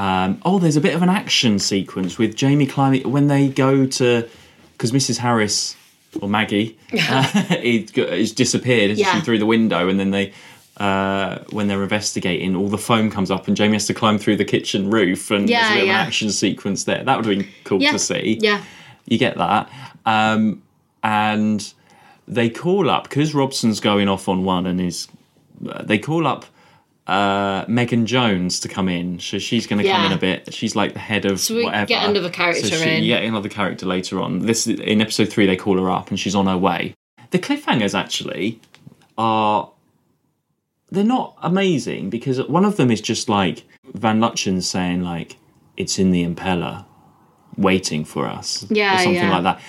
Speaker 3: Um, oh, there's a bit of an action sequence with Jamie climbing when they go to because Mrs. Harris or Maggie uh, is go- is disappeared isn't she,
Speaker 2: Yeah.
Speaker 3: through the window, and then they. Uh, when they're investigating, all the foam comes up, and Jamie has to climb through the kitchen roof, and there's
Speaker 2: Yeah,
Speaker 3: a bit of
Speaker 2: yeah.
Speaker 3: an action sequence there. That would have been cool
Speaker 2: Yeah.
Speaker 3: to see
Speaker 2: Yeah.
Speaker 3: you get that. Um, and they call up because Robson's going off on one and is they call up uh, Megan Jones to come in. So she's going to come
Speaker 2: Yeah.
Speaker 3: in a bit. She's like the head of
Speaker 2: So we
Speaker 3: whatever.
Speaker 2: get another character
Speaker 3: So she,
Speaker 2: in.
Speaker 3: Yeah, another character later on. This is- in episode three they call her up and she's on her way. The cliffhangers actually are they're not amazing because one of them is just like Van Lutchen saying like it's in the impeller waiting for us
Speaker 2: Yeah,
Speaker 3: or something
Speaker 2: yeah.
Speaker 3: like that.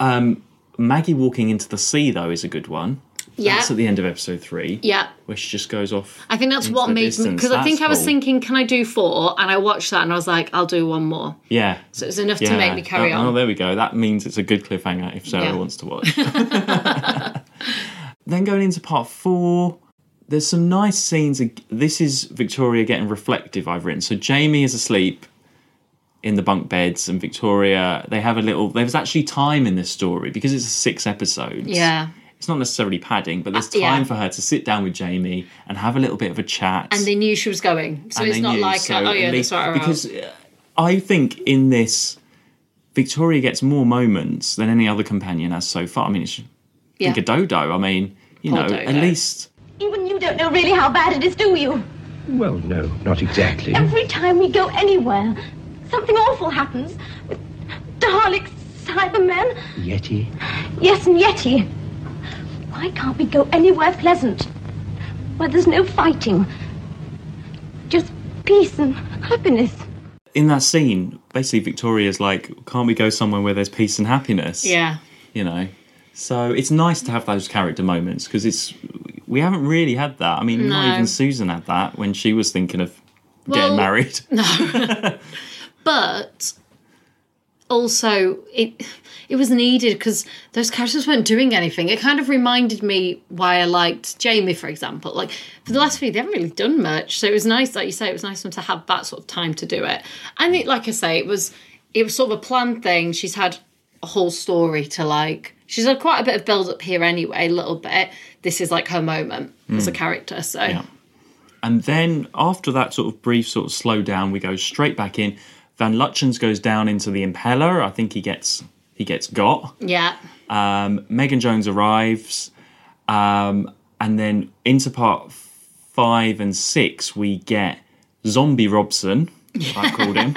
Speaker 3: Um, Maggie walking into the sea though is a good one.
Speaker 2: Yeah.
Speaker 3: That's at the end of episode three.
Speaker 2: Yeah.
Speaker 3: Where she just goes off.
Speaker 2: I think that's
Speaker 3: into
Speaker 2: what
Speaker 3: the
Speaker 2: made me
Speaker 3: distance.
Speaker 2: because I
Speaker 3: That's
Speaker 2: think I was
Speaker 3: cool.
Speaker 2: thinking, can I do four? And I watched that and I was like, I'll do one more.
Speaker 3: Yeah.
Speaker 2: So it's enough to make me carry
Speaker 3: That-
Speaker 2: on.
Speaker 3: Oh, there we go. That means it's a good cliffhanger if Sarah
Speaker 2: Yeah.
Speaker 3: wants to watch. then going into part four, there's some nice scenes. This is Victoria getting reflective, I've written. So Jamie is asleep in the bunk beds, and Victoria, they have a little. There's actually time in this story because it's six episodes.
Speaker 2: Yeah.
Speaker 3: It's not necessarily padding, but there's
Speaker 2: Uh,
Speaker 3: time
Speaker 2: yeah.
Speaker 3: for her to sit down with Jamie and have a little bit of a chat.
Speaker 2: And they knew she was going. So
Speaker 3: And
Speaker 2: it's
Speaker 3: they
Speaker 2: not
Speaker 3: knew,
Speaker 2: like,
Speaker 3: so
Speaker 2: oh,
Speaker 3: at
Speaker 2: yeah,
Speaker 3: least-
Speaker 2: that's right.
Speaker 3: Because uh, I think in this, Victoria gets more moments than any other companion has so far. I mean, it's,
Speaker 2: yeah.
Speaker 3: think a dodo. I mean, you
Speaker 2: Poor
Speaker 3: know, at
Speaker 2: Dodo.
Speaker 3: least
Speaker 7: Even you don't know really how bad it is, do you?
Speaker 4: Well, no, not exactly.
Speaker 7: Every time we go anywhere, something awful happens. With Daleks, Cybermen,
Speaker 4: Yeti.
Speaker 7: yes, and Yeti. Why can't we go anywhere pleasant? Where there's no fighting. Just peace and happiness.
Speaker 3: in that scene, basically Victoria's like, can't we go somewhere where there's peace and happiness?
Speaker 2: yeah.
Speaker 3: You know? So it's nice to have those character moments because it's. We haven't really had that. I mean, not
Speaker 2: No.
Speaker 3: even Susan had that when she was thinking of
Speaker 2: Well,
Speaker 3: getting married.
Speaker 2: but also it it was needed because those characters weren't doing anything. It kind of reminded me why I liked Jamie, for example. Like for the last few, they haven't really done much, so it was nice, like you say, it was nice for them to have that sort of time to do it. And it, like I say, it was it was sort of a planned thing. She's had a whole story to like. She's had quite a bit of build up here anyway, a little bit. This is like her moment as
Speaker 3: Hmm.
Speaker 2: a character. So yeah,
Speaker 3: And then after that sort of brief sort of slow down, we go straight back in. Van Lutchens goes down into the impeller. I think he gets he gets got. Um, Megan Jones arrives, um, and then into part five and six we get Zombie Robson. I called him.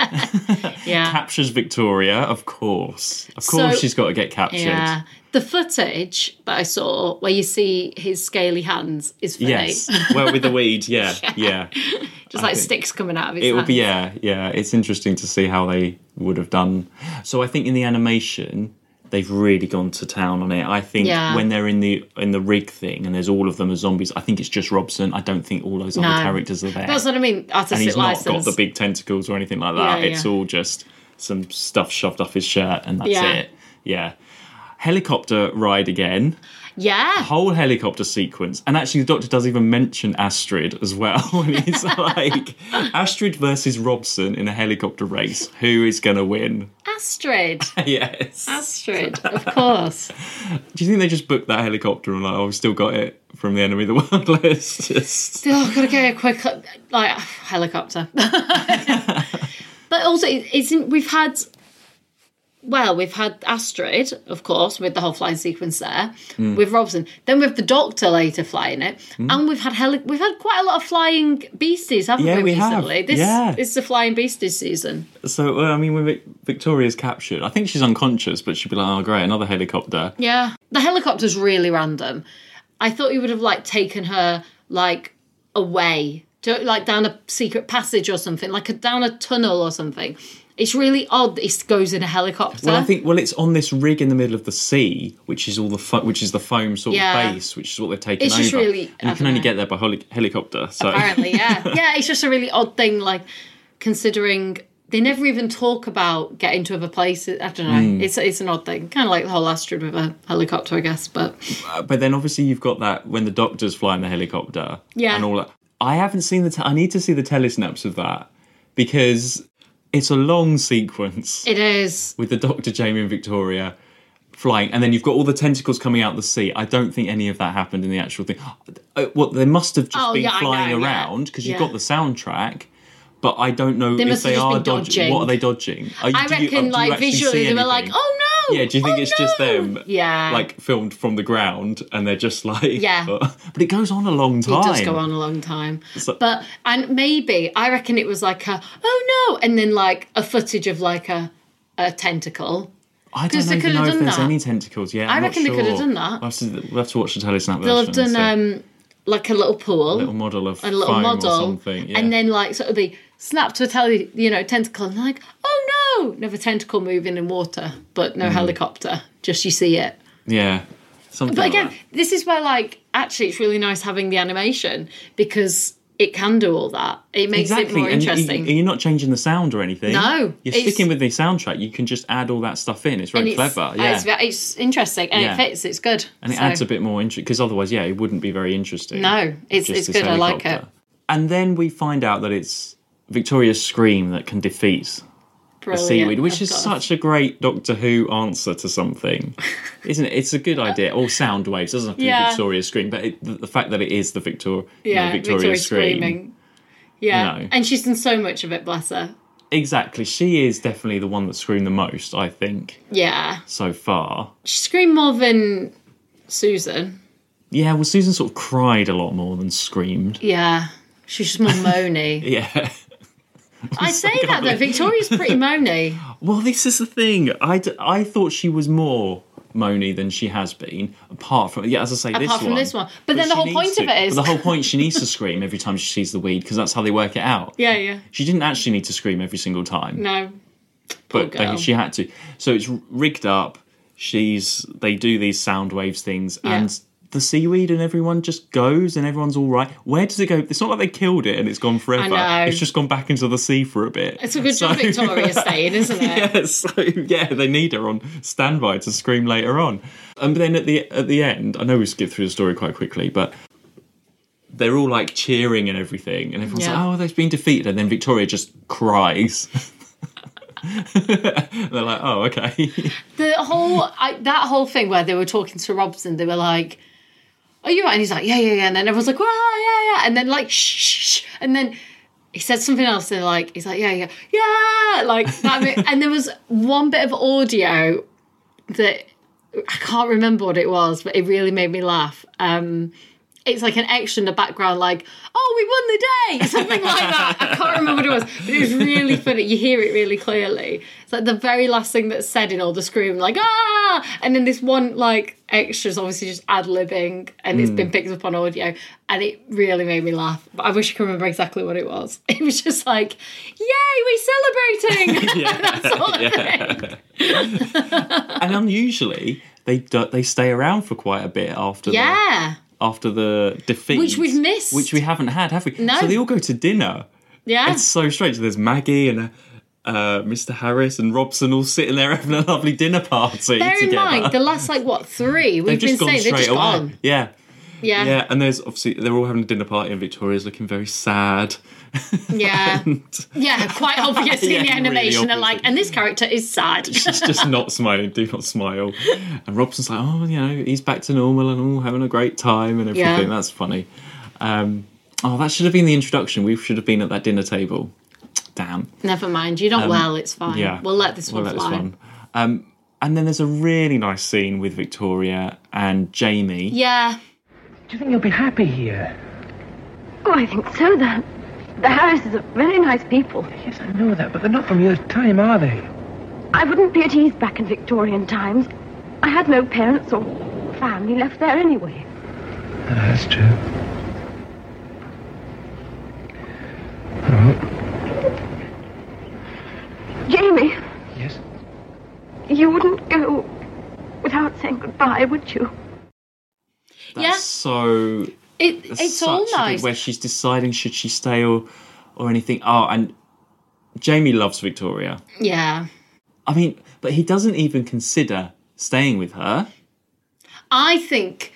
Speaker 2: yeah.
Speaker 3: Captures Victoria, of course. Of course,
Speaker 2: So-
Speaker 3: she's got to get captured.
Speaker 2: Yeah. The footage that I saw where you see his scaly hands is funny.
Speaker 3: Yes. well, with the weed, yeah, yeah.
Speaker 2: Just like
Speaker 3: think-
Speaker 2: sticks coming out of his
Speaker 3: It would be
Speaker 2: hands.
Speaker 3: yeah, yeah. It's interesting to see how they would have done. So I think in the animation they've really gone to town on it. I think
Speaker 2: Yeah.
Speaker 3: when they're in the in the rig thing and there's all of them as zombies, I think it's just Robson. I don't think all those
Speaker 2: No.
Speaker 3: other characters are there.
Speaker 2: That's what I mean. Artistic
Speaker 3: and he's not got
Speaker 2: license.
Speaker 3: the big tentacles or anything like that.
Speaker 2: Yeah,
Speaker 3: It's
Speaker 2: yeah.
Speaker 3: all just some stuff shoved off his shirt and that's
Speaker 2: Yeah.
Speaker 3: it. Yeah. Helicopter ride again.
Speaker 2: yeah.
Speaker 3: Whole helicopter sequence. And actually, the doctor does even mention Astrid as well. And he's like, Astrid versus Robson in a helicopter race. Who is going to win?
Speaker 2: Astrid.
Speaker 3: yes.
Speaker 2: Astrid, of course.
Speaker 3: Do you think they just booked that helicopter and, like, oh, we still got it from the enemy of the world list? Just.
Speaker 2: Oh, gotta get a quick like helicopter. but also, it- it's in, we've had. Well, we've had Astrid, of course, with the whole flying sequence there,
Speaker 3: Hmm.
Speaker 2: with Robson. Then we've the Doctor later flying it, and we've had heli- we've had quite a lot of flying beasties, haven't
Speaker 3: Yeah,
Speaker 2: we?
Speaker 3: we have.
Speaker 2: recently? This
Speaker 3: Yeah.
Speaker 2: is the flying beasties season.
Speaker 3: So, well, I mean, when Vic- Victoria's captured, I think she's unconscious, but she'd be like, oh, great, another helicopter.
Speaker 2: Yeah. The helicopter's really random. I thought you would have like taken her like away, to, like down a secret passage or something, like a, down a tunnel or something. It's really odd that it goes in a helicopter.
Speaker 3: Well, I think well, it's on this rig in the middle of the sea, which is all the fo- which is the foam sort
Speaker 2: Yeah.
Speaker 3: of base, which is what they've taken
Speaker 2: It's
Speaker 3: over.
Speaker 2: just really-
Speaker 3: and
Speaker 2: I
Speaker 3: you can
Speaker 2: don't
Speaker 3: only
Speaker 2: know.
Speaker 3: get there by heli- helicopter. So
Speaker 2: Apparently, yeah. yeah, it's just a really odd thing, like considering they never even talk about getting to other places. I don't know.
Speaker 3: Hmm.
Speaker 2: It's it's an odd thing. Kind of like the whole Astrid with a helicopter, I guess. But
Speaker 3: but then obviously you've got that when the doctor's flying the helicopter
Speaker 2: Yeah.
Speaker 3: and all that. I haven't seen the. Te- I need to see the telesnaps of that because it's a long sequence
Speaker 2: It is.
Speaker 3: with the Doctor, Jamie, and Victoria flying, and then you've got all the tentacles coming out the sea. I don't think any of that happened in the actual thing. Uh, What they must have just
Speaker 2: Oh,
Speaker 3: been
Speaker 2: yeah, I
Speaker 3: flying
Speaker 2: know, yeah.
Speaker 3: around because you've
Speaker 2: Yeah.
Speaker 3: got the soundtrack. But I don't know
Speaker 2: They
Speaker 3: if
Speaker 2: must have
Speaker 3: they
Speaker 2: just
Speaker 3: are
Speaker 2: been
Speaker 3: dodging.
Speaker 2: dodging.
Speaker 3: What are they dodging? Are you-
Speaker 2: I
Speaker 3: do you- uh,
Speaker 2: reckon,
Speaker 3: do you
Speaker 2: like
Speaker 3: actually see
Speaker 2: visually, they were like,
Speaker 3: anything?
Speaker 2: "Oh no!"
Speaker 3: Yeah, do you think
Speaker 2: Oh,
Speaker 3: it's just
Speaker 2: no!"
Speaker 3: them?
Speaker 2: Yeah,
Speaker 3: Like filmed from the ground, and they're just like
Speaker 2: Yeah.
Speaker 3: But, it goes on a long time.
Speaker 2: It does go on a long time.
Speaker 3: So-
Speaker 2: but and maybe I reckon it was like a oh no, and then like a footage of like a a tentacle.
Speaker 3: I
Speaker 2: 'Cause
Speaker 3: don't
Speaker 2: they
Speaker 3: even
Speaker 2: could've
Speaker 3: know if
Speaker 2: done
Speaker 3: there's
Speaker 2: that.
Speaker 3: any tentacles. Yeah, i
Speaker 2: reckon they could've done that.
Speaker 3: We'll have to, we'll have to watch the telesnap version.
Speaker 2: They'll have
Speaker 3: and
Speaker 2: done
Speaker 3: see.
Speaker 2: um like a little pool,
Speaker 3: little model of
Speaker 2: a little
Speaker 3: foam
Speaker 2: model,
Speaker 3: or something. Yeah.
Speaker 2: and then like sort of be snapped to a tele, you know, tentacle, and like oh no, another tentacle moving in water, but
Speaker 3: Mm-hmm.
Speaker 2: no helicopter, just you see it.
Speaker 3: yeah, something.
Speaker 2: But
Speaker 3: like
Speaker 2: again,
Speaker 3: that.
Speaker 2: this is where like actually it's really nice having the animation because it can do all that. It makes it more
Speaker 3: and you-
Speaker 2: interesting.
Speaker 3: You, are not changing the sound or anything.
Speaker 2: No,
Speaker 3: you're
Speaker 2: it's-
Speaker 3: sticking with the soundtrack. You can just add all that stuff in. It's
Speaker 2: And
Speaker 3: very
Speaker 2: it's-
Speaker 3: clever.
Speaker 2: uh,
Speaker 3: Yeah,
Speaker 2: It's, ve- it's interesting and
Speaker 3: Yeah.
Speaker 2: it fits. It's good.
Speaker 3: and it
Speaker 2: So-
Speaker 3: adds a bit more interest because otherwise, yeah, it wouldn't be very interesting.
Speaker 2: No, it's-
Speaker 3: Just
Speaker 2: it's
Speaker 3: this
Speaker 2: good, I like
Speaker 3: helicopter. And then we find out that it's Victoria's scream that can defeat the
Speaker 2: Brilliant. Oh,
Speaker 3: seaweed, which
Speaker 2: I've
Speaker 3: is
Speaker 2: got a-
Speaker 3: such a great Doctor Who answer to something, isn't it? It's a good idea. Or sound waves doesn't have to
Speaker 2: Yeah.
Speaker 3: be Victoria's scream, but it, the, the fact that it is the Victor,
Speaker 2: yeah,
Speaker 3: you know, Victoria's scream,
Speaker 2: screaming. Yeah,
Speaker 3: No.
Speaker 2: and she's done so much of it. Bless her.
Speaker 3: exactly. She is definitely the one that screamed the most, I think,
Speaker 2: Yeah,
Speaker 3: so far.
Speaker 2: she screamed more than Susan.
Speaker 3: Yeah, well, Susan sort of cried a lot more than screamed.
Speaker 2: Yeah, she's just more moany.
Speaker 3: Yeah.
Speaker 2: I say that though. Victoria's pretty moany.
Speaker 3: Well, this is the thing. I, d- I thought she was more moany than she has been. Apart from yeah, as I say, this
Speaker 2: Apart from
Speaker 3: one.
Speaker 2: this one. But then
Speaker 3: she
Speaker 2: the whole
Speaker 3: needs
Speaker 2: point
Speaker 3: to.
Speaker 2: of it is-
Speaker 3: But the whole point she needs to scream every time she sees the weed because that's how they work it out.
Speaker 2: Yeah, yeah.
Speaker 3: She didn't actually need to scream every single time,
Speaker 2: No,
Speaker 3: but
Speaker 2: poor girl.
Speaker 3: they- she had to. So it's rigged up. She's they do these sound waves things
Speaker 2: Yeah.
Speaker 3: and. The seaweed and everyone just goes and everyone's all right. Where does it go? It's not like they killed it and it's gone forever.
Speaker 2: know.
Speaker 3: It's just gone back into the sea for a bit.
Speaker 2: it's a good job
Speaker 3: So-
Speaker 2: Victoria's staying, isn't it?
Speaker 3: yeah, so yeah, they need her on standby to scream later on. And then at the at the end, I know we skipped through the story quite quickly, but they're all like cheering and everything, and everyone's
Speaker 2: Yeah.
Speaker 3: like, "Oh, they've been defeated," and then Victoria just cries. And they're like, "Oh, okay."
Speaker 2: the whole I, that whole thing where they were talking to Robson, they were like, "Are you right?" And he's like, "Yeah, yeah, yeah." And then everyone's like, "Wow, yeah, yeah." And then like, "Shh, shh, shh." And then he said something else, and like, he's like, "Yeah, yeah, yeah." Like that. bit. and there was one bit of audio that I can't remember what it was, but it really made me laugh. Um, it's like an extra in the background, like, oh, we won the day, something like that. I can't remember what it was, but it was really funny. You hear it really clearly. It's like the very last thing that's said in all the scream, like, ah! And then this one, like, extra's obviously just ad libbing and it's been picked up on audio. And it really made me laugh. But I wish I could remember exactly what it was. It was just like, yay, we're celebrating! that's all it is.
Speaker 3: and unusually, they do, they stay around for quite a bit after. the-
Speaker 2: Yeah.
Speaker 3: after the defeat,
Speaker 2: Which we've missed.
Speaker 3: which we haven't had, have we?
Speaker 2: No.
Speaker 3: So they all go to dinner.
Speaker 2: Yeah.
Speaker 3: It's so strange. There's Maggie and uh, uh, Mr. Harris and Robson all sitting there having a lovely dinner party
Speaker 2: Bear in
Speaker 3: together.
Speaker 2: mind, the last like what three
Speaker 3: They've
Speaker 2: we've been saying they're just gone.
Speaker 3: Yeah.
Speaker 2: Yeah,
Speaker 3: Yeah, and there's obviously they're all having a dinner party, and Victoria's looking very sad.
Speaker 2: yeah, yeah. Quite obviously
Speaker 3: Yeah,
Speaker 2: in
Speaker 3: really
Speaker 2: the animation, and like,
Speaker 3: obviously.
Speaker 2: and this character is sad.
Speaker 3: She's just not smiling. Do not smile. And Robson's like, oh, you know, he's back to normal and all having a great time and everything.
Speaker 2: Yeah.
Speaker 3: That's funny. Um, oh, that should have been the introduction. We should have been at that dinner table. Damn.
Speaker 2: Never mind, you're not well. It's fine.
Speaker 3: Um, Yeah.
Speaker 2: Um, we'll let this
Speaker 3: We'll
Speaker 2: one
Speaker 3: let this
Speaker 2: fly.
Speaker 3: one. Um, and then there's a really nice scene with Victoria and Jamie.
Speaker 2: Yeah,
Speaker 5: Do you think you'll be happy here?
Speaker 7: Oh, I think so. The, the Harrises are very nice people.
Speaker 5: Yes, I know that, but they're not from your time, are they?
Speaker 7: I wouldn't be at ease back in Victorian times. I had no parents or family left there anyway.
Speaker 4: Ah,
Speaker 5: that's true.
Speaker 7: Jamie,
Speaker 5: Yes.
Speaker 7: you wouldn't go without saying goodbye, would you?
Speaker 3: That's
Speaker 2: Yeah.
Speaker 3: so
Speaker 2: it,
Speaker 3: that's
Speaker 2: it's all
Speaker 3: such a good-
Speaker 2: nice.
Speaker 3: where she's deciding should she stay or or anything. Oh, and Jamie loves Victoria.
Speaker 2: Yeah,
Speaker 3: I mean, but he doesn't even consider staying with her.
Speaker 2: I think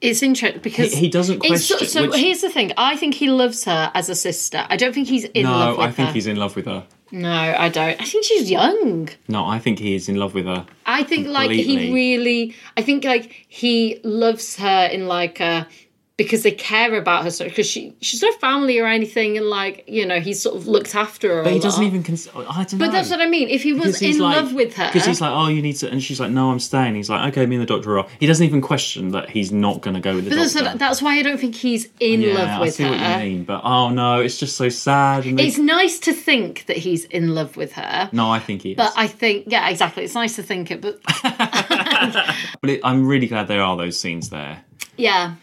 Speaker 2: it's interesting because
Speaker 3: He- he doesn't
Speaker 2: it's so-
Speaker 3: question-
Speaker 2: So,
Speaker 3: which-
Speaker 2: here's the thing: I think he loves her as a sister. I don't think he's in love
Speaker 3: No,
Speaker 2: with
Speaker 3: I think
Speaker 2: her.
Speaker 3: he's in love with her.
Speaker 2: No, I don't. I think she's young.
Speaker 3: No, I think he is in love with her.
Speaker 2: I think like
Speaker 3: Completely.
Speaker 2: he really. I think like he loves her in like a because they care about her so because she she's no family or anything and like you know he sort of looked after her.
Speaker 3: But
Speaker 2: a
Speaker 3: he doesn't
Speaker 2: lot.
Speaker 3: even cons- I don't know.
Speaker 2: But that's what I mean. If he was in love with her,
Speaker 3: Because he's like, oh, you need to. And she's like, no, I'm staying. He's like, okay, me and the doctor are off. He doesn't even question that he's not going to go with the
Speaker 2: but that's,
Speaker 3: doctor.
Speaker 2: what, that's why I don't think he's in
Speaker 3: yeah,
Speaker 2: love
Speaker 3: I
Speaker 2: with
Speaker 3: see
Speaker 2: her.
Speaker 3: what you mean. But oh no, it's just so sad. And they-
Speaker 2: It's nice to think that he's in love with her.
Speaker 3: no, I think he is.
Speaker 2: But I think, yeah, exactly. It's nice to think it, but
Speaker 3: But it, I'm really glad there are those scenes there.
Speaker 2: yeah,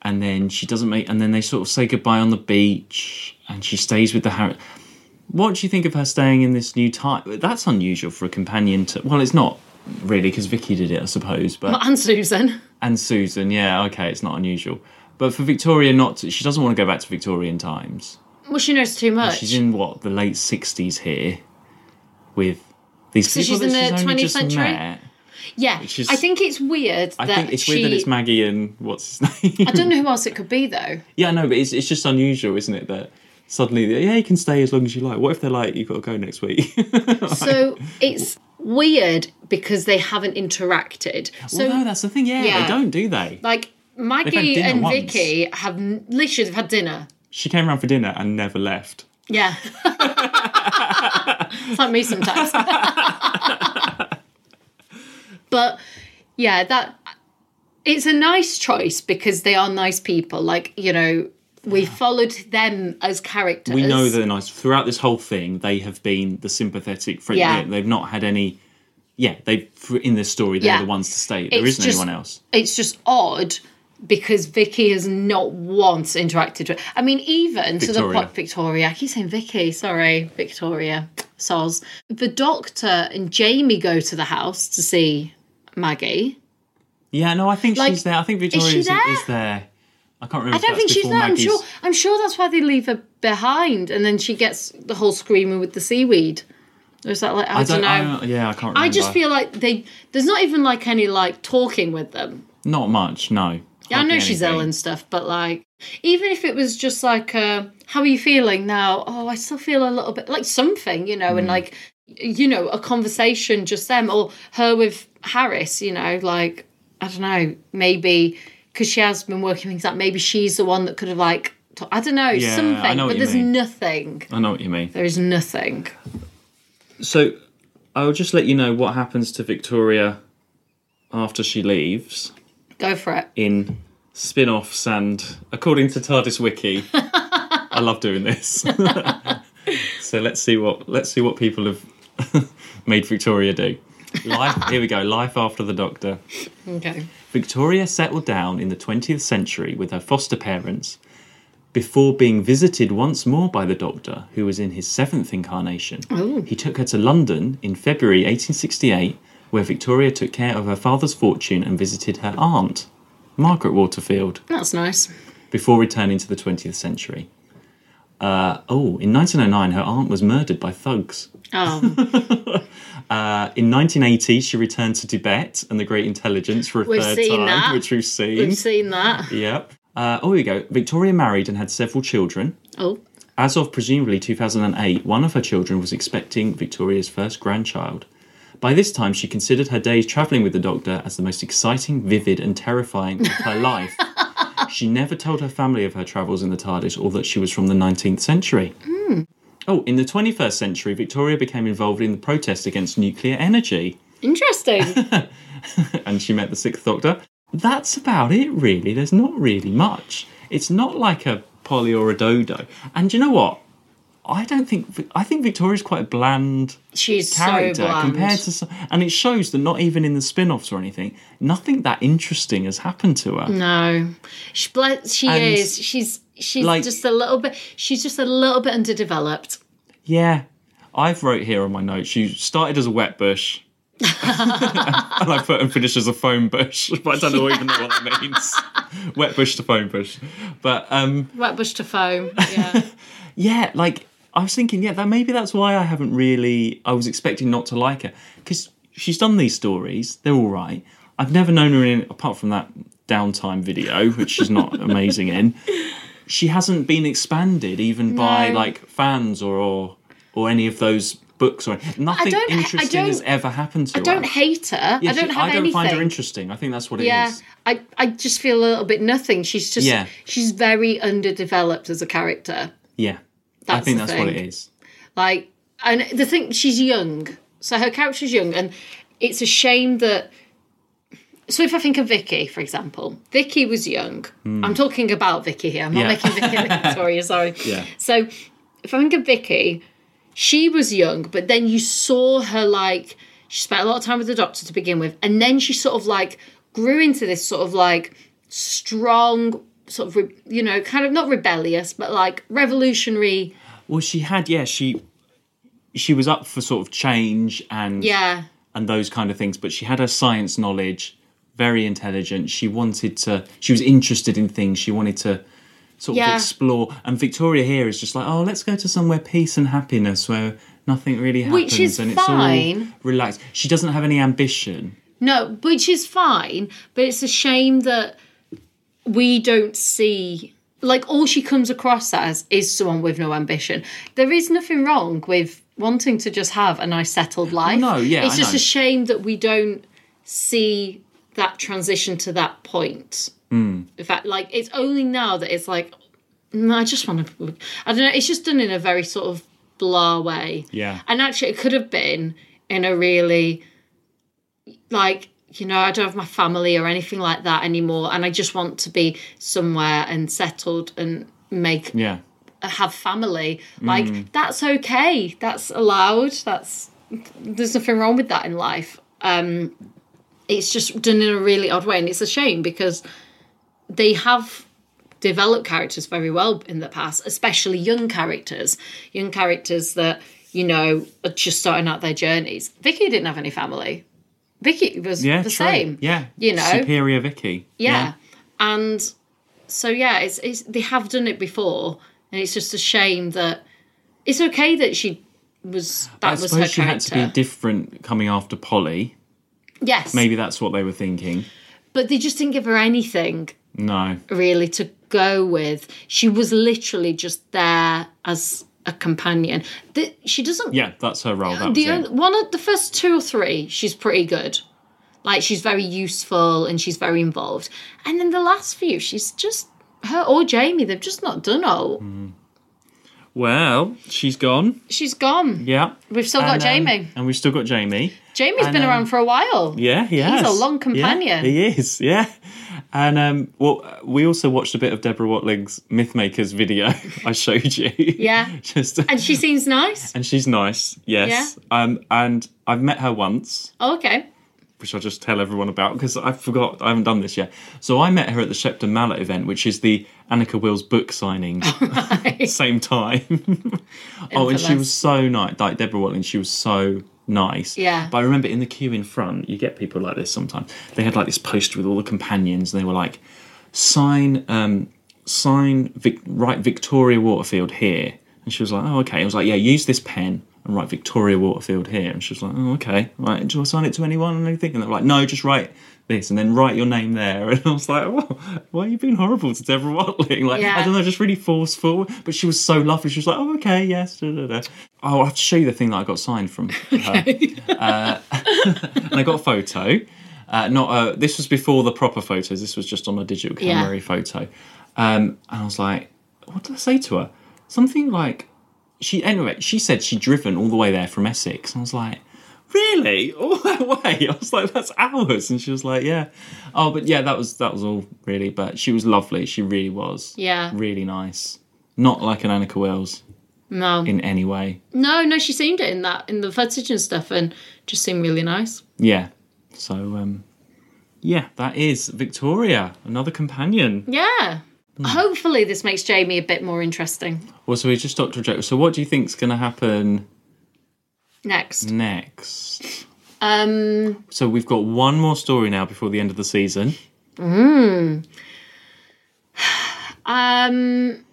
Speaker 3: And then she doesn't make. And then they sort of say goodbye on the beach, and she stays with the Harry. What do you think of her staying in this new type? That's unusual for a companion to. Well, it's not really because Vicky did it, I suppose. But
Speaker 2: and Susan.
Speaker 3: and Susan. Yeah, okay, it's not unusual. But for Victoria, not to, she doesn't want to go back to Victorian times.
Speaker 2: Well, she knows too much.
Speaker 3: She's in what the late sixties here with these
Speaker 2: So
Speaker 3: people
Speaker 2: she's in
Speaker 3: that
Speaker 2: the
Speaker 3: she's only
Speaker 2: 20th
Speaker 3: just
Speaker 2: century?
Speaker 3: met.
Speaker 2: yeah,
Speaker 3: she's-
Speaker 2: I think it's weird that
Speaker 3: I think it's
Speaker 2: she.
Speaker 3: weird that it's Maggie and what's his name.
Speaker 2: I don't know who else it could be though.
Speaker 3: yeah, no, but it's it's just unusual, isn't it? That suddenly, yeah, you can stay as long as you like. What if they're like, you've got to go next week?
Speaker 2: So it's weird because they haven't interacted. So
Speaker 3: well, no, that's the thing. Yeah,
Speaker 2: yeah.
Speaker 3: they don't, do they?
Speaker 2: like Maggie
Speaker 3: dinner
Speaker 2: and
Speaker 3: once.
Speaker 2: Vicky have n- literally they've had dinner.
Speaker 3: She came round for dinner and never left.
Speaker 2: Yeah. it's like me sometimes. but yeah, that it's a nice choice because they are nice people. Like, you know, we followed them as characters.
Speaker 3: We know they're nice. Throughout this whole thing, they have been the sympathetic friend.
Speaker 2: Yeah.
Speaker 3: They, have not had any. Yeah, they in this story they're
Speaker 2: Yeah.
Speaker 3: the ones to stay. There
Speaker 2: It's
Speaker 3: not
Speaker 2: just-
Speaker 3: anyone else.
Speaker 2: It's just odd because Vicky has not once interacted with I mean, even to the
Speaker 3: Victoria.
Speaker 2: point Victoria, I keep saying Vicky, sorry, Victoria. Soz. The doctor and Jamie go to the house to see Maggie.
Speaker 3: Yeah, no, I think
Speaker 2: Like,
Speaker 3: she's there. I think Victoria
Speaker 2: she
Speaker 3: is,
Speaker 2: there?
Speaker 3: is there. I can't remember.
Speaker 2: I don't think she's there.
Speaker 3: not.
Speaker 2: I'm sure. I'm sure that's why they leave her behind, and then she gets the whole screaming with the seaweed. Or is that like I,
Speaker 3: I
Speaker 2: don't,
Speaker 3: don't.
Speaker 2: know.
Speaker 3: I
Speaker 2: I,
Speaker 3: don't- yeah, I can't. remember.
Speaker 2: just feel like they there's not even like any like talking with them.
Speaker 3: not much. No.
Speaker 2: Yeah, I know
Speaker 3: Hardly
Speaker 2: she's
Speaker 3: anything.
Speaker 2: ill and stuff, but like even if it was just like, uh, how are you feeling now? Oh, I still feel a little bit like something, you know, and
Speaker 3: Mm.
Speaker 2: like you know a conversation just them or her with Harris, you know, like I don't know, maybe because she has been working things out, maybe she's the one that could have like. ta- I don't know,
Speaker 3: Yeah, I
Speaker 2: something,
Speaker 3: know what
Speaker 2: but
Speaker 3: you
Speaker 2: there's
Speaker 3: mean.
Speaker 2: nothing.
Speaker 3: I know what you mean.
Speaker 2: There is nothing.
Speaker 3: So, I'll just let you know what happens to Victoria after she leaves
Speaker 2: Go for it.
Speaker 3: in spin-offs and according to TARDIS Wiki. I love doing this. so let's see what let's see what people have made Victoria do. Life. here we go. Life after the Doctor.
Speaker 2: Okay.
Speaker 3: Victoria settled down in the 20th century with her foster parents before being visited once more by the Doctor, who was in his seventh incarnation.
Speaker 2: Oh.
Speaker 3: He took her to London in February 1868, where Victoria took care of her father's fortune and visited her aunt, Margaret Waterfield,
Speaker 2: That's nice.
Speaker 3: before returning to the 20th century. Uh, oh, in 1909, her aunt was murdered by thugs. Uh,
Speaker 2: Oh,
Speaker 3: In 1980, she returned to Tibet and the Great Intelligence for a
Speaker 2: We've
Speaker 3: third
Speaker 2: seen
Speaker 3: time,
Speaker 2: that.
Speaker 3: which we've seen.
Speaker 2: we've seen that.
Speaker 3: Yep. Uh, oh, here we go. Victoria married and had several children.
Speaker 2: Oh,
Speaker 3: As of presumably 2008, one of her children was expecting Victoria's first grandchild. By this time, she considered her days travelling with the doctor as the most exciting, vivid, and terrifying of her life. She never told her family of her travels in the TARDIS or that she was from the 19th century. Oh, in the 21st century, Victoria became involved in the protest against nuclear energy
Speaker 2: interesting.
Speaker 3: and she met the Sixth Doctor. That's about it, really. There's not really much. It's not like a Polly or a Dodo. And you know what? I don't think I think Victoria's quite a bland
Speaker 2: She's
Speaker 3: character
Speaker 2: so bland.
Speaker 3: compared to, some, and it shows that not even in the spin-offs or anything, nothing that interesting has happened to her.
Speaker 2: Mm. No, she, ble- she
Speaker 3: And,
Speaker 2: is. She's she's
Speaker 3: like-
Speaker 2: just a little bit. She's just a little bit underdeveloped.
Speaker 3: Yeah, I've wrote here on my notes. You started as a wet bush, and I put and finished as a foam bush, but I don't know even know what that means. wet bush to foam bush, but um.
Speaker 2: Wet bush to foam. Yeah.
Speaker 3: yeah, like I was thinking, yeah, that maybe that's why I haven't really. I was expecting not to like her because she's done these stories; they're all right. I've never known her in apart from that downtime video, which she's not amazing in, she hasn't been expanded even by
Speaker 2: No.
Speaker 3: like fans or, or or any of those books or nothing
Speaker 2: don't- I
Speaker 3: interesting has
Speaker 2: don't-
Speaker 3: ever happened to
Speaker 2: I don't
Speaker 3: her.
Speaker 2: hate her.
Speaker 3: Yeah,
Speaker 2: I don't
Speaker 3: she-
Speaker 2: have
Speaker 3: I don't
Speaker 2: anything.
Speaker 3: find her interesting. I think that's what it is.
Speaker 2: yeah, I, I just feel a little bit nothing. She's just
Speaker 3: Yeah.
Speaker 2: she's very underdeveloped as a character.
Speaker 3: Yeah. I
Speaker 2: That's
Speaker 3: think
Speaker 2: the
Speaker 3: that's what it
Speaker 2: thing.
Speaker 3: is.
Speaker 2: Like, and the thing, she's young. So her character's young, and it's a shame that. So if I think of Vicky, for example, Vicky was young. I'm talking about Vicky here. I'm not
Speaker 3: Hmm. Yeah.
Speaker 2: making Vicky the Victoria. Sorry.
Speaker 3: Yeah.
Speaker 2: So if I think of Vicky, she was young, but then you saw her like she spent a lot of time with the doctor to begin with, and then she sort of like grew into this sort of like strong, sort of re- you know, kind of not rebellious, but like revolutionary.
Speaker 3: Well, she had yeah, she she was up for sort of change and
Speaker 2: Yeah.
Speaker 3: and those kind of things. But she had her science knowledge, very intelligent. She wanted to, she was interested in things. She wanted to sort of
Speaker 2: Yeah.
Speaker 3: explore. And Victoria here is just like, oh, let's go to somewhere peace and happiness where nothing really happens
Speaker 2: Which is
Speaker 3: and it's
Speaker 2: fine.
Speaker 3: all relaxed. She doesn't have any ambition.
Speaker 2: No, which is fine, but it's a shame that we don't see like all she comes across as is someone with no ambition. There is nothing wrong with wanting to just have a nice settled life.
Speaker 3: no, yeah, I
Speaker 2: It's just
Speaker 3: know.
Speaker 2: a shame that we don't see that transition to that point.
Speaker 3: Hmm.
Speaker 2: In fact, like it's only now that it's like no, I just want to. I don't know. It's just done in a very sort of blah way.
Speaker 3: Yeah.
Speaker 2: And actually, it could have been in a really, like, you know, I don't have my family or anything like that anymore. And I just want to be somewhere and settled and make,
Speaker 3: Yeah.
Speaker 2: uh, have family. Like, that's okay. That's allowed. That's, there's nothing wrong with that in life. Um, it's just done in a really odd way. And it's a shame because they have developed characters very well in the past, especially young characters, young characters that you know are just starting out their journeys. Vicky didn't have any family. Vicky was
Speaker 3: Yeah.
Speaker 2: the
Speaker 3: true.
Speaker 2: same.
Speaker 3: Yeah.
Speaker 2: you know.
Speaker 3: Superior Vicky.
Speaker 2: Yeah. and so yeah, it's, it's they have done it before, and it's just a shame that it's okay that she was that
Speaker 3: I
Speaker 2: was
Speaker 3: suppose
Speaker 2: her
Speaker 3: she had to
Speaker 2: character.
Speaker 3: be different coming after Polly.
Speaker 2: yes,
Speaker 3: Maybe that's what they were thinking.
Speaker 2: but they just didn't give her anything
Speaker 3: No.
Speaker 2: really to go with. She was literally just there as a companion. The, she doesn't.
Speaker 3: Yeah, that's her role. That was
Speaker 2: the
Speaker 3: it.
Speaker 2: only, one of the first two or three, she's pretty good. Like she's very useful and she's very involved. And then the last few, she's just her or Jamie. They've just not done all.
Speaker 3: Well, she's gone.
Speaker 2: She's gone.
Speaker 3: Yeah.
Speaker 2: We've still got
Speaker 3: And, um,
Speaker 2: Jamie.
Speaker 3: and we've still got Jamie.
Speaker 2: Jamie's
Speaker 3: and,
Speaker 2: been
Speaker 3: um,
Speaker 2: around for a while.
Speaker 3: Yeah, he has.
Speaker 2: a long
Speaker 3: Yeah,
Speaker 2: companion.
Speaker 3: he is, yeah. And um, well, uh, we also watched a bit of Deborah Watling's Mythmakers video I showed you.
Speaker 2: Yeah.
Speaker 3: Just,
Speaker 2: And she seems nice.
Speaker 3: and she's nice, yes. Um, and I've met her once,
Speaker 2: Oh, okay.
Speaker 3: which I'll just tell everyone about because I forgot, I haven't done this yet. So I met her at the Shepton Mallet event, which is the Annika Wills book signing same time. oh, and she
Speaker 2: Infamous.
Speaker 3: was so nice. Like Deborah Watling, she was so nice.
Speaker 2: Yeah.
Speaker 3: But I remember in the queue in front, you get people like this sometimes. They had like this poster with all the companions, and they were like, sign, um, sign, Vic- write Victoria Waterfield here. And she was like, oh, okay. I was like, yeah, use this pen. And write Victoria Waterfield here, and she was like, "Oh, okay, right. Do I sign it to anyone and anything?" And they were like, "No, just write this, and then write your name there." And I was like, "Whoa, "Why are you being horrible to Deborah Watling?" Like, I
Speaker 2: Yeah.
Speaker 3: don't know, just really forceful. But she was so lovely. She was like, "Oh, okay, yes." Da, da, da. Oh, I'll have to show you the thing that I got signed from her. uh, and I got a photo. Uh, not uh, this was before the proper photos. This was just on a digital
Speaker 2: Yeah.
Speaker 3: camera photo. Um, and I was like, "What did I say to her?" Something like, "She anyway." She said she'd driven all the way there from Essex. And I was like. Really? All that way? I was like, that's hours. And she was like, yeah. Oh, but yeah, that was that was all really. But she was lovely. She really was
Speaker 2: Yeah.
Speaker 3: really nice. Not like an Annika Wells
Speaker 2: No.
Speaker 3: in any way.
Speaker 2: no, no, she seemed it in that, in the footage and stuff, and just seemed really nice.
Speaker 3: Yeah. So um yeah, that is Victoria, another companion.
Speaker 2: Yeah.
Speaker 3: Hmm.
Speaker 2: Hopefully, this makes Jamie a bit more interesting
Speaker 3: Well, so we just Dr. Jekyll. So what do you think's going to happen
Speaker 2: next.
Speaker 3: next?
Speaker 2: Um,
Speaker 3: So we've got one more story now before the end of the season.
Speaker 2: um,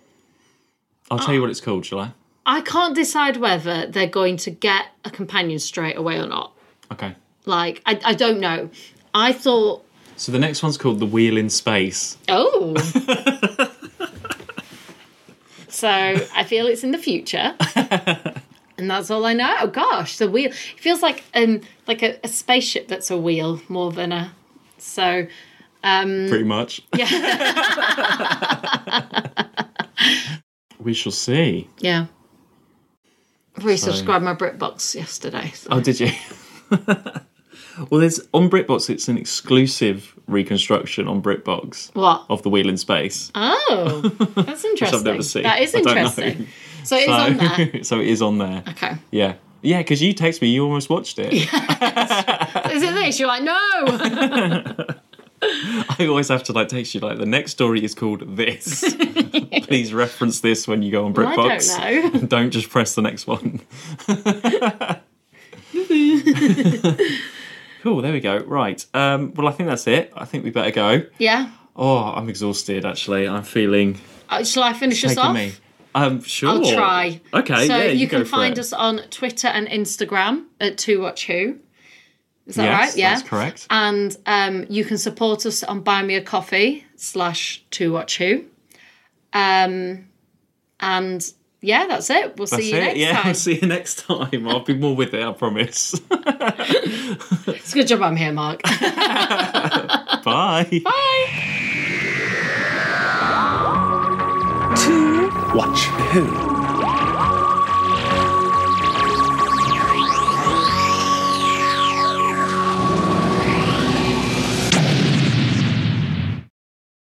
Speaker 3: I'll tell you what it's called, shall I?
Speaker 2: I can't decide whether they're going to get a companion straight away or not.
Speaker 3: Okay.
Speaker 2: Like, I, I don't know. I thought
Speaker 3: So the next one's called The Wheel in Space.
Speaker 2: Oh. so I feel it's in the future. And that's all I know. Oh gosh, the wheel. It feels like um like a, a spaceship that's a wheel more than a so um,
Speaker 3: Pretty much. Yeah. we shall see.
Speaker 2: yeah. Resubscribed my BritBox yesterday. so-
Speaker 3: Oh, did you? well, there's on BritBox. It's an exclusive reconstruction on BritBox
Speaker 2: What?
Speaker 3: of the Wheel in Space.
Speaker 2: Oh, that's interesting.
Speaker 3: never seen.
Speaker 2: That is
Speaker 3: I don't know.
Speaker 2: interesting. So it's on that.
Speaker 3: so it is on there.
Speaker 2: Okay.
Speaker 3: Yeah. Yeah, because you text me, you almost watched it.
Speaker 2: Is it this? You're like, no.
Speaker 3: I always have to like text you like the next story is called this. Please reference this when you go on
Speaker 2: Well, I don't
Speaker 3: BritBox.
Speaker 2: know.
Speaker 3: don't just press the next one. cool. There we go. Right. Um, well, I think that's it. I think we better go.
Speaker 2: yeah.
Speaker 3: Oh, I'm exhausted. Actually, I'm feeling
Speaker 2: Uh, shall I finish us
Speaker 3: taking
Speaker 2: off?
Speaker 3: me. Um, sure.
Speaker 2: I'll try.
Speaker 3: Okay.
Speaker 2: So
Speaker 3: yeah,
Speaker 2: you, can
Speaker 3: go for
Speaker 2: find
Speaker 3: it.
Speaker 2: us on Twitter and Instagram at Two Watch Who. Is that
Speaker 3: Yes,
Speaker 2: right? Yeah.
Speaker 3: that's correct.
Speaker 2: And um, you can support us on Buy Me a Coffee slash Two Watch Who. Um, and yeah, that's it. We'll
Speaker 3: That's
Speaker 2: see you
Speaker 3: it.
Speaker 2: next
Speaker 3: yeah,
Speaker 2: time.
Speaker 3: see you next time. I'll be more with it. I promise.
Speaker 2: It's a good job I'm here, Mark.
Speaker 3: Bye.
Speaker 2: Bye.
Speaker 8: Watch Who.